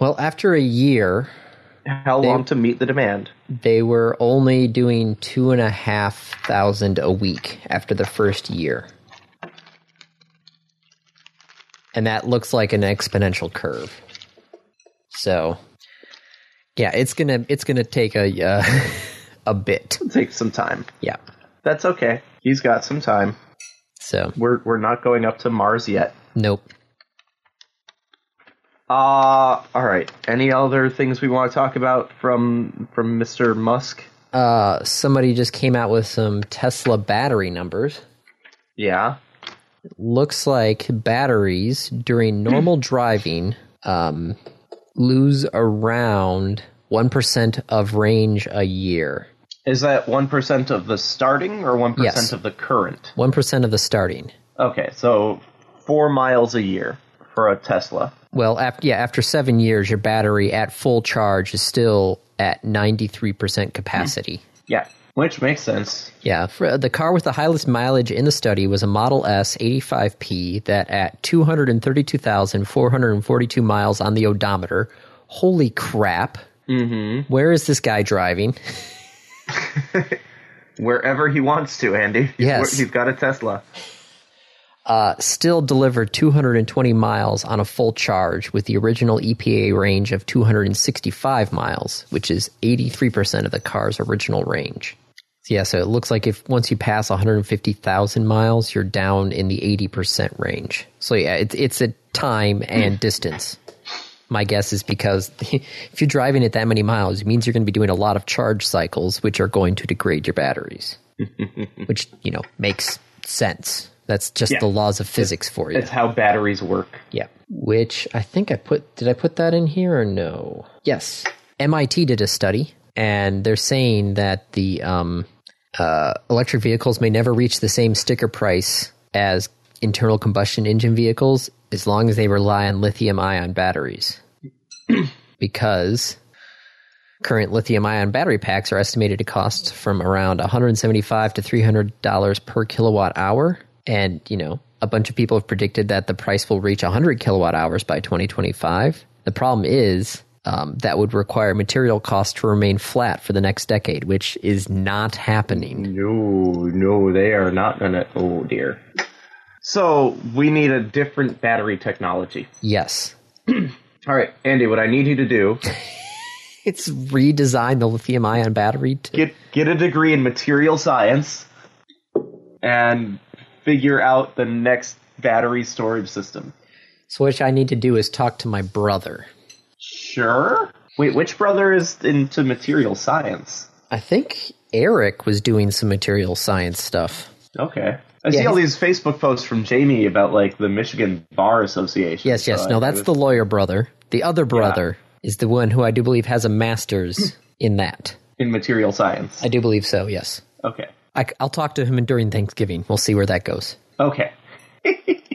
A: well, after a year,
B: How long to meet the demand?"
A: they were only doing two and a half thousand a week after the first year, and that looks like an exponential curve. So, yeah, it's gonna it's gonna take a uh, a bit.
B: Take some time.
A: Yeah.
B: That's okay. He's got some time.
A: So
B: We're we're not going up to Mars yet.
A: nope.
B: Uh all right. Any other things we want to talk about from from Mr. Musk?
A: uh, somebody just came out with some Tesla battery numbers.
B: Yeah.
A: Looks like batteries during normal driving um, lose around 1% of range a year.
B: Is that 1% of the starting or 1%
A: Yes.
B: of the current?
A: 1% of the starting.
B: Okay, so 4 miles a year for a Tesla.
A: Well, after, yeah, after seven years, your battery at full charge is still at 93% capacity.
B: Yeah, which makes sense.
A: Yeah, for, the car with the highest mileage in the study was a Model S 85P that at 232,442 miles on the odometer. Holy crap. Mm-hmm. is this guy driving?
B: Wherever he wants to, Andy.
A: Yes.
B: He's got a Tesla.
A: Uh, still delivered 220 miles on a full charge with the original EPA range of 265 miles, which is 83% of the car's original range. So yeah, so it looks like if once you pass 150,000 miles, you're down in the 80% range. So yeah, it's it's a time and distance. My guess is because if you're driving it that many miles, it means you're going to be doing a lot of charge cycles, which are going to degrade your batteries which you know makes sense. That's just
B: Yeah.
A: the laws of physics for you.
B: It's how batteries work.
A: Yeah. Which I think I put did I put that in here or no? Yes. MIT did a study and they're saying that the um, uh, electric vehicles may never reach the same sticker price as internal combustion engine vehicles as long as they rely on lithium ion batteries. because current lithium ion battery packs are estimated to cost from around 175 to 300 dollars per kilowatt hour and you know a bunch of people have predicted that the price will reach 100 kilowatt hours by 2025 the problem is um, that would require material costs to remain flat for the next decade which is not happening
B: No, no, they are not gonna. Oh dear. So we need a different battery technology.
A: yes
B: All right, Andy. What I need you to do
A: it's redesign the lithium ion battery to,
B: get get a degree in material science and figure out the next battery storage system.
A: so what i need to do is talk to my brother
B: Sure. Wait, which brother is into material science?
A: i think eric was doing some material science stuff
B: Okay. I see all these Facebook posts from Jamie about like the Michigan Bar Association. Uh,
A: Yes, yes.
B: so
A: no,
B: I-
A: that's the lawyer brother. The other brother is the one who I do believe has a master's in that.
B: in material science.
A: I do believe so, yes.
B: Okay.
A: I, will talk to him during Thanksgiving. We'll see where that goes.
B: Okay.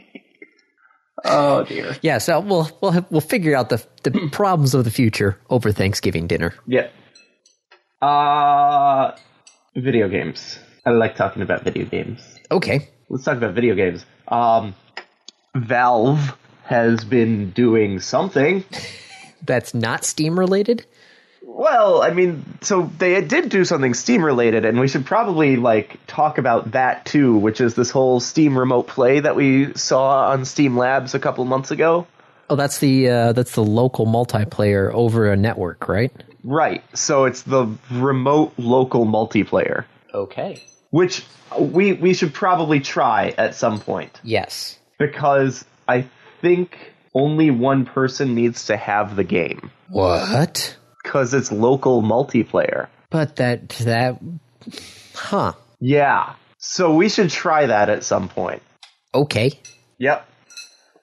B: oh dear.
A: Yeah, so we'll we'll have, we'll figure out the the problems of the future over Thanksgiving dinner.
B: Yeah. Uh video games. I like talking about video games.
A: Okay.
B: Let's talk about video games. Um Valve has been doing something.
A: That's not Steam related?
B: Well, I mean, so they did do something Steam related, and we should probably like talk about that too, which is this whole Steam Remote Play that we saw on Steam Labs a couple months ago.
A: Oh, that's the uh, that's the local multiplayer over a network, right?
B: Right. So it's the remote local multiplayer,
A: Okay.
B: which we we should probably try at some point
A: Yes.
B: because I think only one person needs to have the game
A: What?
B: because it's local multiplayer.
A: But that that huh.
B: Yeah. So we should try that at some point.
A: Okay.
B: Yep.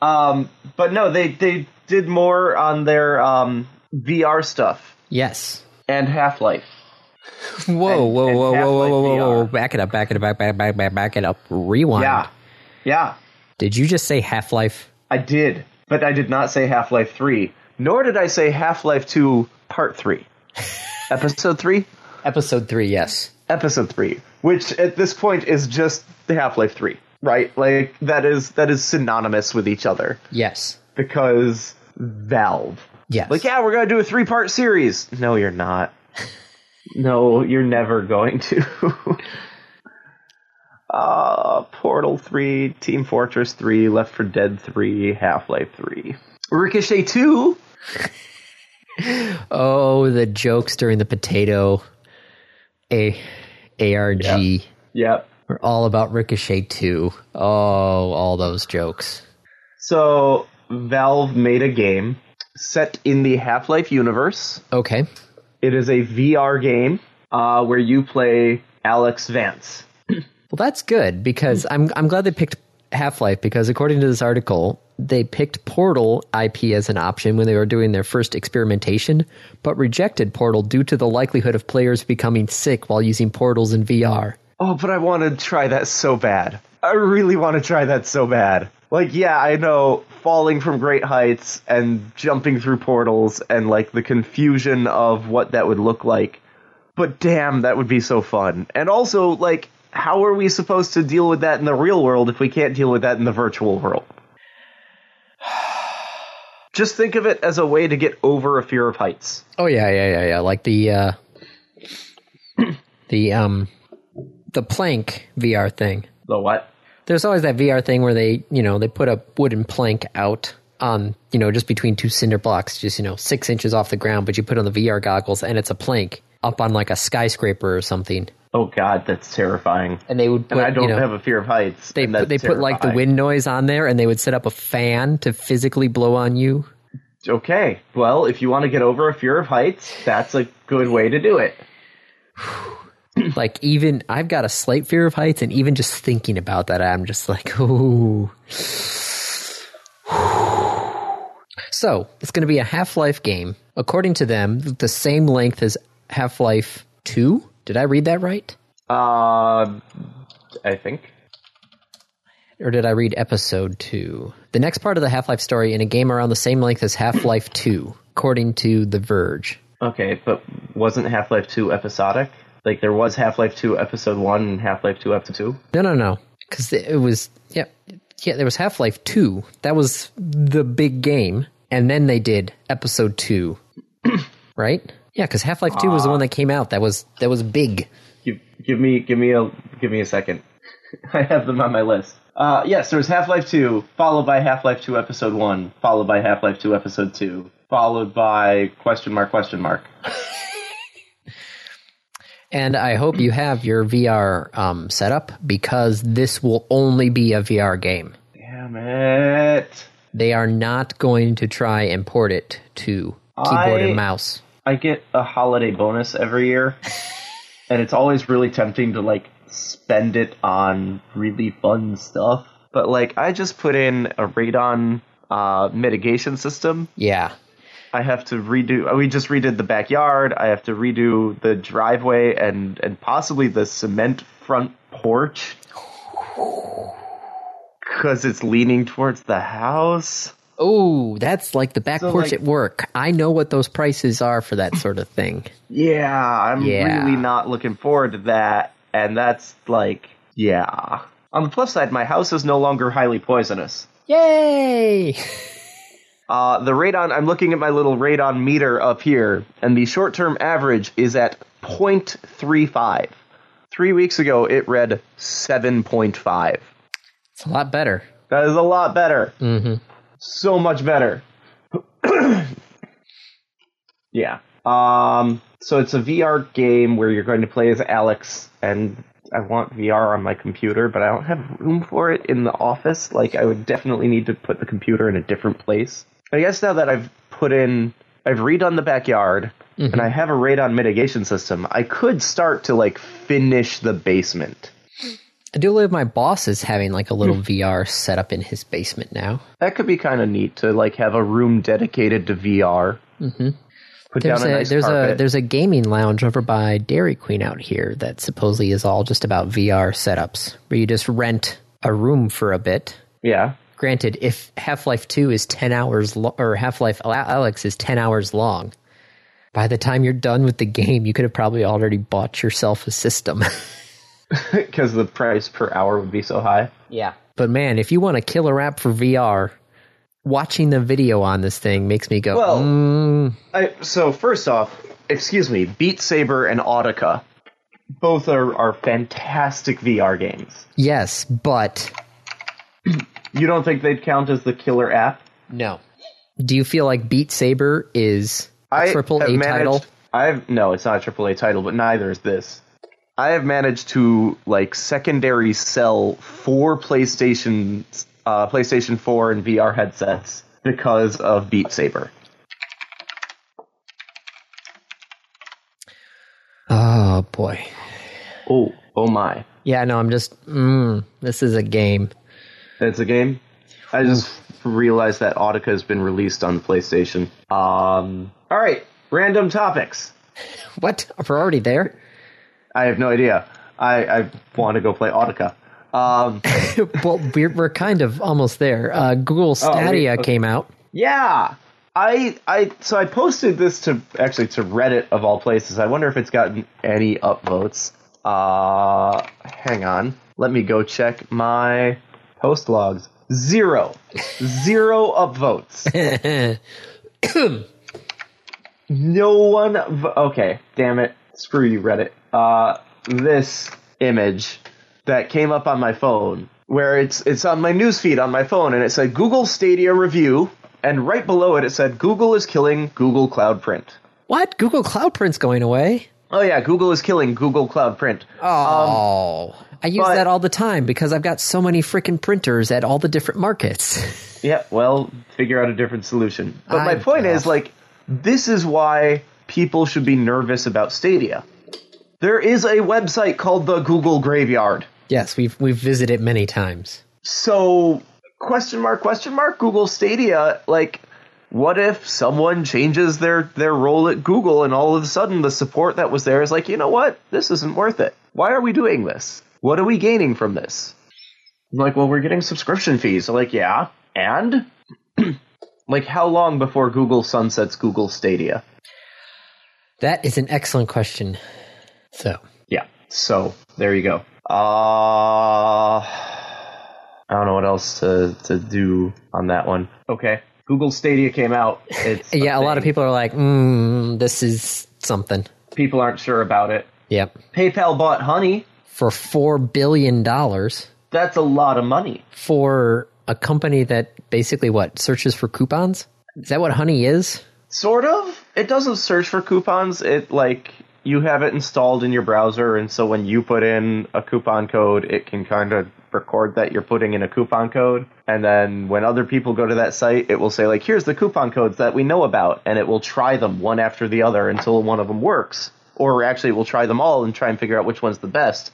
B: Um, but no, they they did more on their um, VR stuff
A: Yes.
B: and Half Life.
A: Whoa,
B: And-
A: whoa,
B: and
A: whoa, whoa, whoa,
B: Half-Life
A: whoa, whoa, whoa,
B: VR.
A: back it up, back it up, back back back back back it up. Rewind.
B: Yeah, yeah,
A: Did you just say Half Life?
B: I did, but I did not say Half Life Three, nor did I say Half Life Two Part Three, Episode Three,
A: Episode three, yes.
B: Episode Three, which at this point is just the Half Life Three, right? Like that is that is synonymous with each other
A: Yes.
B: because Valve.
A: Yes.
B: Like, yeah, we're gonna do a three part series. No, you're not. no, you're never going to. uh Portal three, Team Fortress three, Left for Dead three, Half Life three, Ricochet two.
A: Oh, the jokes during the potato A ARG
B: Yep.
A: were all about Ricochet 2. Oh, all those jokes.
B: So Valve made a game set in the Half Life universe.
A: Okay.
B: It is a VR game uh, where you play Alex Vance.
A: Well, that's good because I'm I'm glad they picked Half-Life because according to this article, they picked Portal IP as an option when they were doing their first experimentation, but rejected Portal due to the likelihood of players becoming sick while using portals in VR.
B: Oh, but I want to try that so bad. I really want to try that so bad. Like, yeah, I know falling from great heights and jumping through portals and, like, the confusion of what that would look like. But damn, that would be so fun. And also, like, how are we supposed to deal with that in the real world if we can't deal with that in the virtual world? Just think of it as a way to get over a fear of heights.
A: Oh yeah, yeah, yeah, yeah. Like the uh, the um the plank VR thing.
B: The what?
A: There's always that VR thing where they, you know, they put a wooden plank out on, you know, just between two cinder blocks, just you know, six inches off the ground, but you put on the VR goggles and it's a plank up on like a skyscraper or something.
B: Oh, God, that's terrifying.
A: And they would, put,
B: I don't
A: you know,
B: have a fear of heights.
A: they
B: and that's
A: they put like the
B: terrifying.
A: wind noise on there, and they would set up a fan to physically blow on you.
B: Okay, well, if you want to get over a fear of heights, that's a good way to do it.
A: like even I've got a slight fear of heights, and even just thinking about that, I'm just like, ooh. So it's going to be a Half Life game, according to them, the same length as Half Life Two. Did I read that right,
B: Uh, I think.
A: or did I read Episode Two? The next part of the Half Life story in a game around the same length as Half Life Two, according to The Verge.
B: Okay, but wasn't Half Life 2 episodic? Like, there was Half Life 2 Episode 1 and Half Life 2 Episode 2?
A: No, no, no. Because it was yeah, yeah. There was Half Life Two. That was the big game, and then they did Episode Two, right? Yeah, because Half Life Two was the one that came out. That was that was big.
B: Give, give me, give me a, give me a second. I have them on my list. Uh, yes, there was Half Life 2, followed by Half Life 2 Episode 1, followed by Half Life 2 Episode 2, followed by question mark, question mark.
A: And I hope you have your VR um, set up because this will only be a VR game.
B: Damn it.
A: They are not going to try and port it to keyboard
B: I-
A: and mouse.
B: I get a holiday bonus every year, and it's always really tempting to like spend it on really fun stuff. But like, I just put in a radon uh, mitigation system,
A: Yeah.
B: I have to redo. We just redid the backyard. I have to redo the driveway and and possibly the cement front porch because it's leaning towards the house.
A: Oh, that's like the back
B: So,
A: porch
B: like-
A: at work. I know what those prices are for that sort of thing.
B: Yeah, I'm
A: Yeah.
B: really not looking forward to that. And that's like, yeah. On the plus side, my house is no longer highly poisonous.
A: Yay!
B: Uh, the radon, I'm looking at my little radon meter up here, and the short term average is at 0.35. Three weeks ago, it read 7.5.
A: It's a lot better.
B: That is a lot better.
A: Mm-hmm.
B: So much better. yeah. Um, so it's a VR game where you're going to play as Alex, and I want VR on my computer, but I don't have room for it in the office. Like, I would definitely need to put the computer in a different place. I guess now that I've put in, I've redone the backyard, and I have a radon mitigation system, I could start to, like, finish the basement.
A: I do believe my boss is having like a little
B: Hmm.
A: VR set up in his basement now.
B: That could be kind of neat to, like, have a room dedicated to VR. Mm-hmm. Put
A: There's
B: down a,
A: a,
B: nice
A: there's
B: carpet.
A: a there's a gaming lounge over by Dairy Queen out here that supposedly is all just about VR setups where you just rent a room for a bit.
B: Yeah.
A: Granted, if Half Life Two is ten hours lo- or Half Life Alex is ten hours long, by the time you're done with the game, you could have probably already bought yourself a system.
B: Because the price per hour would be so high.
A: Yeah. But man, if you want to kill a app for VR, watching the video on this thing makes me go,
B: Well-
A: "Mm,
B: I, so, first off, excuse me, Beat Saber and Audica both are, are fantastic VR games.
A: yes, but
B: You don't think they'd count as the killer app?
A: no. Do you feel like Beat Saber is a
B: I
A: triple
B: have
A: A
B: managed-
A: title?
B: I've no, it's not a AAA title, but neither is this. I have managed to like secondary sell four PlayStation, uh, PlayStation Four and VR headsets because of Beat Saber.
A: Oh boy.
B: Oh, oh my!
A: Yeah, no, I'm just, mm, this is a game.
B: It's a game. I just realized that Audica has been released on PlayStation. Um, all right, random topics.
A: What? We're already there?
B: I have no idea. I, I want to go play Audica. Um,
A: well, we're, we're kind of almost there. Uh, Google Stadia
B: Oh, okay.
A: came out.
B: yeah, I I so I posted this to actually to Reddit of all places. I wonder if it's gotten any upvotes. Uh, hang on, let me go check my post logs. Zero, zero upvotes. No one. V- okay, damn it. Screw you, Reddit. Uh, this image that came up on my phone, where it's it's on my newsfeed on my phone, and it said Google Stadia review, and right below it it said Google is killing Google Cloud Print.
A: what? Google Cloud Print's going away?
B: Oh yeah, Google is killing Google Cloud Print.
A: Oh, I use
B: Um, but-
A: that all the time because I've got so many freaking printers at all the different markets.
B: Yeah, well, figure out a different solution. But my
A: I-
B: point is, like, this is why people should be nervous about Stadia. There is a website called the Google Graveyard.
A: yes, we've we've visited many times.
B: So, question mark, question mark, Google Stadia, like, what if someone changes their, their role at Google and all of a sudden the support that was there is like, you know what? This isn't worth it. Why are we doing this? What are we gaining from this? I'm like, well, we're getting subscription fees. I'm like, yeah. And? like, how long before Google sunsets Google Stadia?
A: That is an excellent question. So,
B: Yeah. So, there you go. Uh. I don't know what else to, to do on that one. Okay. Google Stadia came out. It's
A: yeah, a lot of
B: thing.
A: people are like, mm, "This is something."
B: people aren't sure about it.
A: Yep,
B: PayPal bought Honey.
A: for four billion dollars
B: That's a lot of money.
A: for a company that basically what searches for coupons. Is that what Honey is?
B: Sort of. It doesn't search for coupons. It like you have it installed in your browser and so when you put in a coupon code, it can kind of record that you're putting in a coupon code and then when other people go to that site, it will say like here's the coupon codes that we know about and it will try them one after the other until one of them works. Or actually, we'll try them all and try and figure out which one's the best.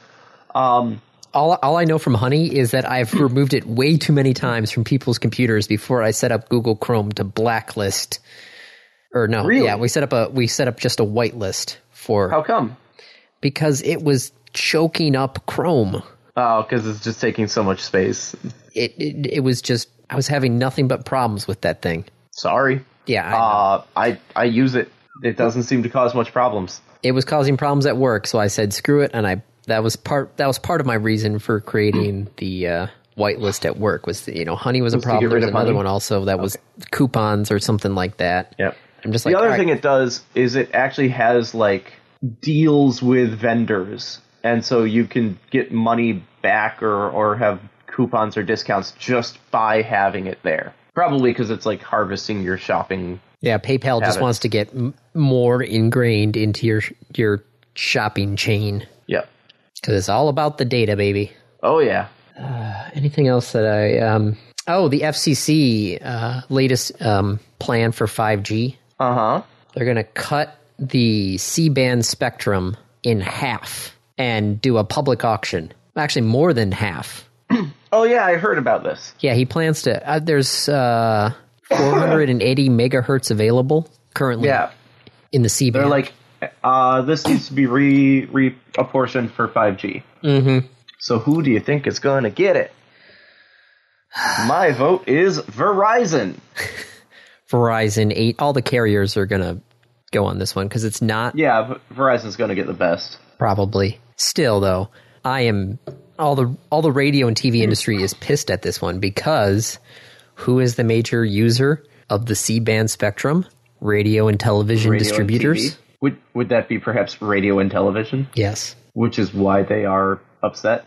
B: Um,
A: All, all I know from Honey is that I've
B: Hmm.
A: removed it way too many times from people's computers before I set up Google Chrome to blacklist or no,
B: Really?
A: yeah, we set up a we set up just a whitelist for
B: How come?
A: because it was choking up Chrome.
B: Oh, because it's just taking so much space.
A: It, it it was just I was having nothing but problems with that thing.
B: Sorry.
A: Yeah, I know.
B: Uh, I I use it. It doesn't seem to cause much problems.
A: it was causing problems at work, so I said screw it, and I that was part that was part of my reason for creating the uh, whitelist at work was you know honey was a
B: to get
A: problem. There
B: rid
A: was
B: of
A: another one
B: honey?
A: also that was coupons or something like that.
B: Yep.
A: I'm just
B: The
A: like
B: other
A: all right,
B: thing it does is it actually has like deals with vendors, and so you can get money back or or have coupons or discounts just by having it there. Probably because it's like harvesting your shopping.
A: Yeah, PayPal just
B: it.
A: wants to get m- more ingrained into your your shopping chain
B: Yep.
A: because it's all about the data, baby.
B: Oh yeah.
A: Anything else that I? Um, oh, the FCC uh, latest um, plan for five G.
B: Uh huh.
A: They're going to cut the C band spectrum in half and do a public auction. Actually, more than half.
B: Oh yeah, I heard about this.
A: Yeah, he plans to. Uh, there's uh, 480 megahertz available currently
B: Yeah.
A: in the C band.
B: They're like, uh, this needs to be re re apportioned for 5G. Mm-hmm. So who do you think is going to get it? My vote is Verizon.
A: Verizon, eight, all the carriers are going to go on this one because it's not
B: Yeah, v- Verizon's going to get the best.
A: probably. Still, though, I am all the all the radio and TV industry is pissed at this one because who is the major user of the C band spectrum? Radio and television
B: Radio and
A: distributors.
B: TV. Would would that be perhaps radio and television,
A: Yes,
B: which is why they are upset?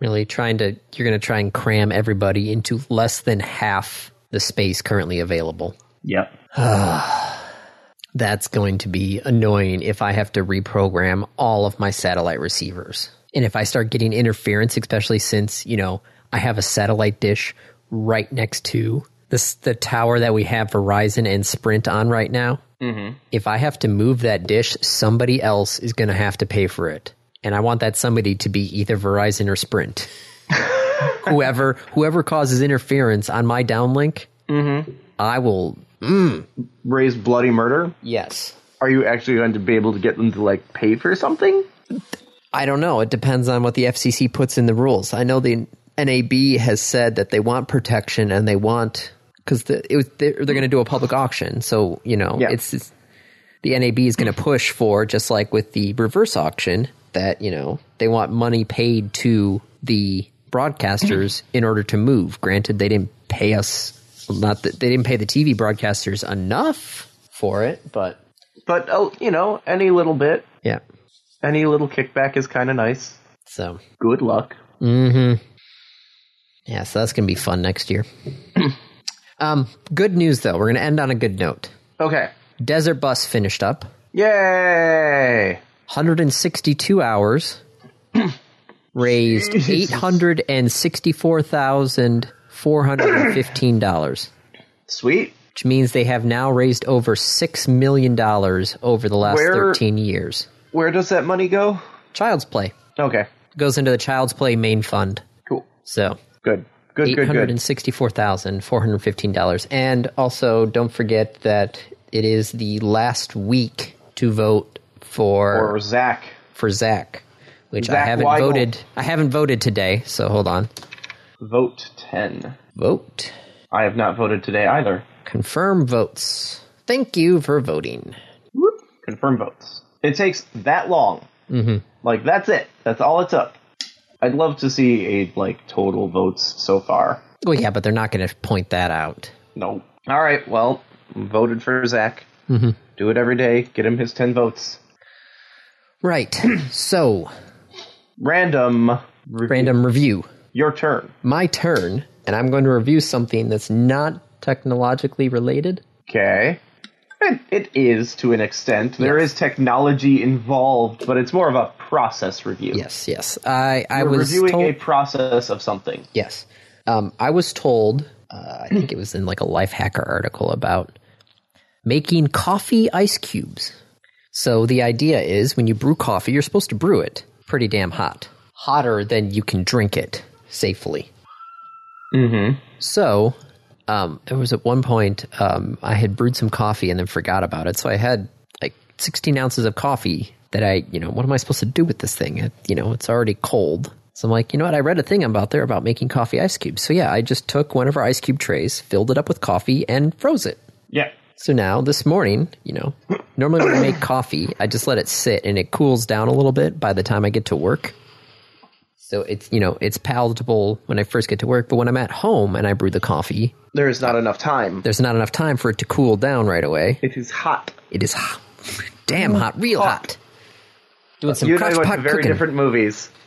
A: really trying to you're going to try and cram everybody into less than half the space currently available.
B: Yep.
A: That's going to be annoying if I have to reprogram all of my satellite receivers. And if I start getting interference, especially since, you know, I have a satellite dish right next to this, the tower that we have Verizon and Sprint on right now. Mm-hmm. If I have to move that dish, somebody else is going to have to pay for it. And I want that somebody to be either Verizon or Sprint. whoever whoever causes interference on my downlink, I will.
B: Raise bloody murder.
A: Yes.
B: Are you actually going to be able to get them to like pay for something?
A: I don't know. It depends on what the FCC puts in the rules. I know the NAB has said that they want protection and they want because the, it was- they're, they're going to do a public auction. So you know,
B: Yeah.
A: it's, it's the NAB is going to push for just like with the reverse auction that you know they want money paid to the broadcasters in order to move. Granted, they didn't pay us well, not that they didn't pay the TV broadcasters enough for it, but
B: But oh, you know, any little bit,
A: yeah.
B: any little kickback is kind of nice.
A: So
B: Good luck.
A: Yeah, so that's going to be fun next year. um, good news, though. We're going to end on a good note.
B: Okay.
A: Desert Bus finished up
B: Yay!
A: 162 hours, raised $864,415,
B: Sweet.
A: which means they have now raised over $6 million over the last
B: Where-
A: 13 years.
B: Where does that money go?
A: Child's Play
B: Okay.
A: goes into the Child's Play main fund.
B: Cool.
A: So
B: Good. Good,
A: Eight
B: good,
A: hundred
B: good.
A: and sixty-four thousand four hundred fifteen dollars, and also don't forget that it is the last week to vote for
B: Or Zach.
A: for Zach, which I
B: Zach
A: haven't
B: Weigel.
A: voted. I haven't voted today, so hold on.
B: Vote 10.
A: Vote,
B: I have not voted today either.
A: confirm votes. Thank you for voting.
B: Whoop. Confirm votes. It takes that long. Mm-hmm. Like, that's it. That's all it took. I'd love to see a, like, total votes so far.
A: Well, yeah, but they're not going to point that out.
B: No. All right, well, voted for Zach. Mm-hmm. Do it every day. Get him his 10 votes.
A: Right. so,
B: Random.
A: random review.
B: Your turn.
A: My turn, and I'm going to review something that's not technologically related.
B: Okay. It, it is to an extent. There is technology involved, but it's more of a process review.
A: Yes, yes. I I
B: We're
A: was
B: reviewing
A: told,
B: a process of something.
A: Yes. Um, I was told, uh, I think it was in like a Life Hacker article about making coffee ice cubes. So the idea is when you brew coffee, you're supposed to brew it pretty damn hot, hotter than you can drink it safely. Mm-hmm. So um, it was at one point um, I had brewed some coffee and then forgot about it. So I had like 16 ounces of coffee that I, you know, what am I supposed to do with this thing? It, you know, it's already cold. So I'm like, you know what? I read a thing about there about making coffee ice cubes. So yeah, I just took one of our ice cube trays, filled it up with coffee, and froze it.
B: Yeah.
A: So now this morning, you know, normally when I make coffee, I just let it sit and it cools down a little bit by the time I get to work. So it's, you know, it's palatable when I first get to work, but when I'm at home and I brew the coffee,
B: There is not enough time.
A: there's not enough time for it to cool down right away.
B: It is hot.
A: It is hot. damn hot, real hot. Doing some
B: Uh, you and I
A: crotch
B: went to
A: pot
B: very
A: cooking.
B: different movies.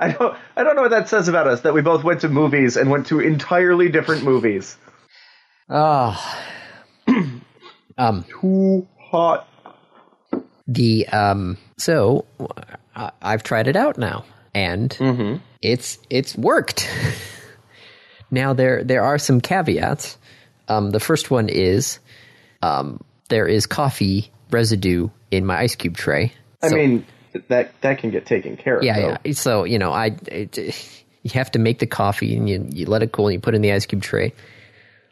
B: I don't. I don't know what that says about us that we both went to movies and went to entirely different movies.
A: Ah, Um.
B: Too hot.
A: the um. So I, I've tried it out now, and it's it's worked. now there there are some caveats. Um, the first one is um, there is coffee residue in my ice cube tray.
B: I
A: So-
B: mean, that that can get taken care of.
A: yeah,
B: though.
A: yeah. So you know, I it, you have to make the coffee and you you let it cool and you put it in the ice cube tray.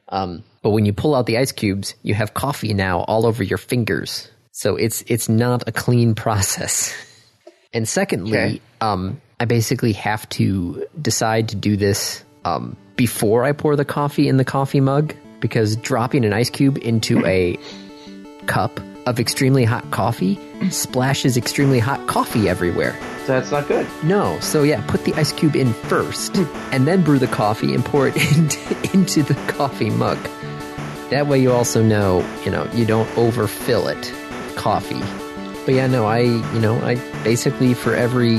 A: Um, but when you pull out the ice cubes, you have coffee now all over your fingers. So it's it's not a clean process. And secondly,
B: Okay.
A: um, I basically have to decide to do this um, before I pour the coffee in the coffee mug because dropping an ice cube into a cup of extremely hot coffee splashes extremely hot coffee everywhere.
B: That's not good.
A: No, so yeah, put the ice cube in first,
B: Hmm.
A: and then brew the coffee and pour it into, into the coffee mug. That way, you also know, you know, you don't overfill it, with coffee. But yeah, no, I, you know, I basically for every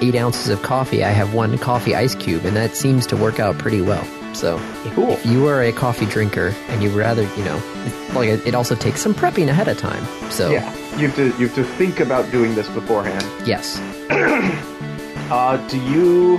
A: eight ounces of coffee, I have one coffee ice cube, and that seems to work out pretty well. So if-
B: Cool.
A: if you are a coffee drinker and you rather, you know, like it it also takes some prepping ahead of time. So
B: Yeah, Oh, you have to you have to think about doing this beforehand.
A: yes,
B: Uh, do you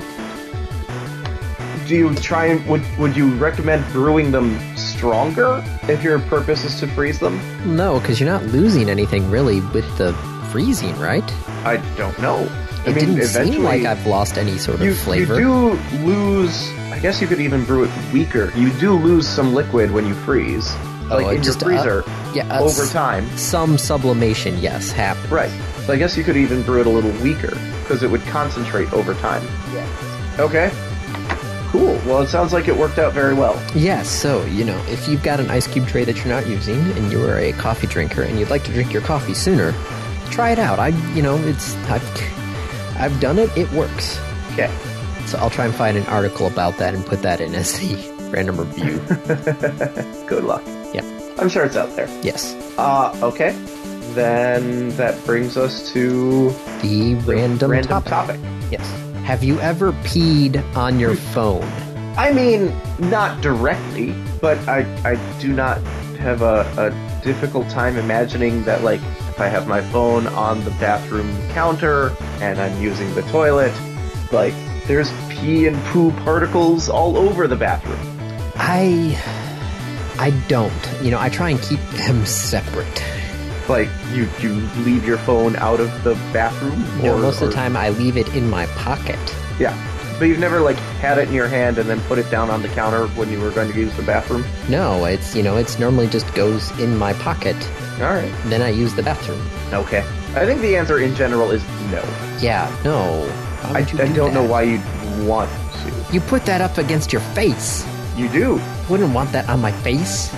B: do you try and would would you recommend brewing them stronger if your purpose is to freeze them?
A: No, because you're not losing anything really with the freezing, right?
B: I don't know. I
A: It
B: mean,
A: didn't
B: eventually
A: seem like I've lost any sort
B: you
A: of flavor.
B: you do lose. I guess you could even brew it weaker. You do lose some liquid when you freeze, like
A: it
B: in
A: just, uh,
B: your freezer
A: yeah, uh,
B: over
A: s-
B: time.
A: Some sublimation, yes, happens.
B: Right. So I guess you could even brew it a little weaker because it would concentrate over time. Okay. Cool. Well, it sounds like it worked out very well.
A: Yeah, so, you know, if you've got an ice cube tray that you're not using and you are a coffee drinker and you'd like to drink your coffee sooner, try it out. I, you know, it's, I've, I've done it, it works.
B: Okay.
A: So I'll try and find an article about that and put that in as the random review.
B: Good luck.
A: yep,
B: I'm sure it's out there.
A: yes.
B: Uh, okay. Then that brings us to
A: The random,
B: random
A: topic.
B: topic.
A: Yes. Have you ever peed on your phone?
B: I mean, not directly, but I, I do not have a, a difficult time imagining that, like, if I have my phone on the bathroom counter and I'm using the toilet, like, there's pee and poo particles all over the bathroom.
A: I I don't. You know, I try and keep them separate.
B: Like, you, you leave your phone out of the bathroom?
A: You know, most of
B: or-
A: the time I leave it in my pocket.
B: Yeah. But you've never like had it in your hand and then put it down on the counter when you were going to use the bathroom.
A: No, it's you know, it's normally just goes in my pocket.
B: All right.
A: Then I use the bathroom.
B: Okay. I think the answer in general is no.
A: Yeah, no. Why
B: I, I
A: would you do
B: don't know
A: that?
B: why you'd want to.
A: You put that up against your face.
B: You do.
A: Wouldn't want that on my face.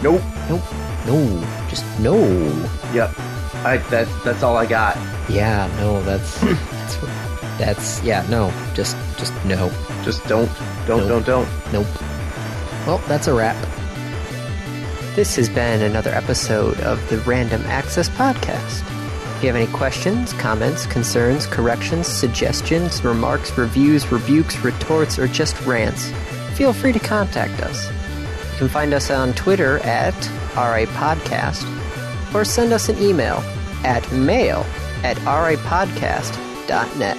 B: Nope.
A: Nope. No. Just no.
B: Yep. I that that's all I got.
A: Yeah, no, that's that's that's yeah, no. Just just no.
B: Just don't, don't,
A: Nope.
B: don't, don't.
A: Nope. Well, that's a wrap. This has been another episode of the Random Access Podcast. If you have any questions, comments, concerns, corrections, suggestions, remarks, reviews, rebukes, retorts, or just rants, feel free to contact us. You can find us on Twitter at RAPodcast or send us an email at mail at rapodcast.net.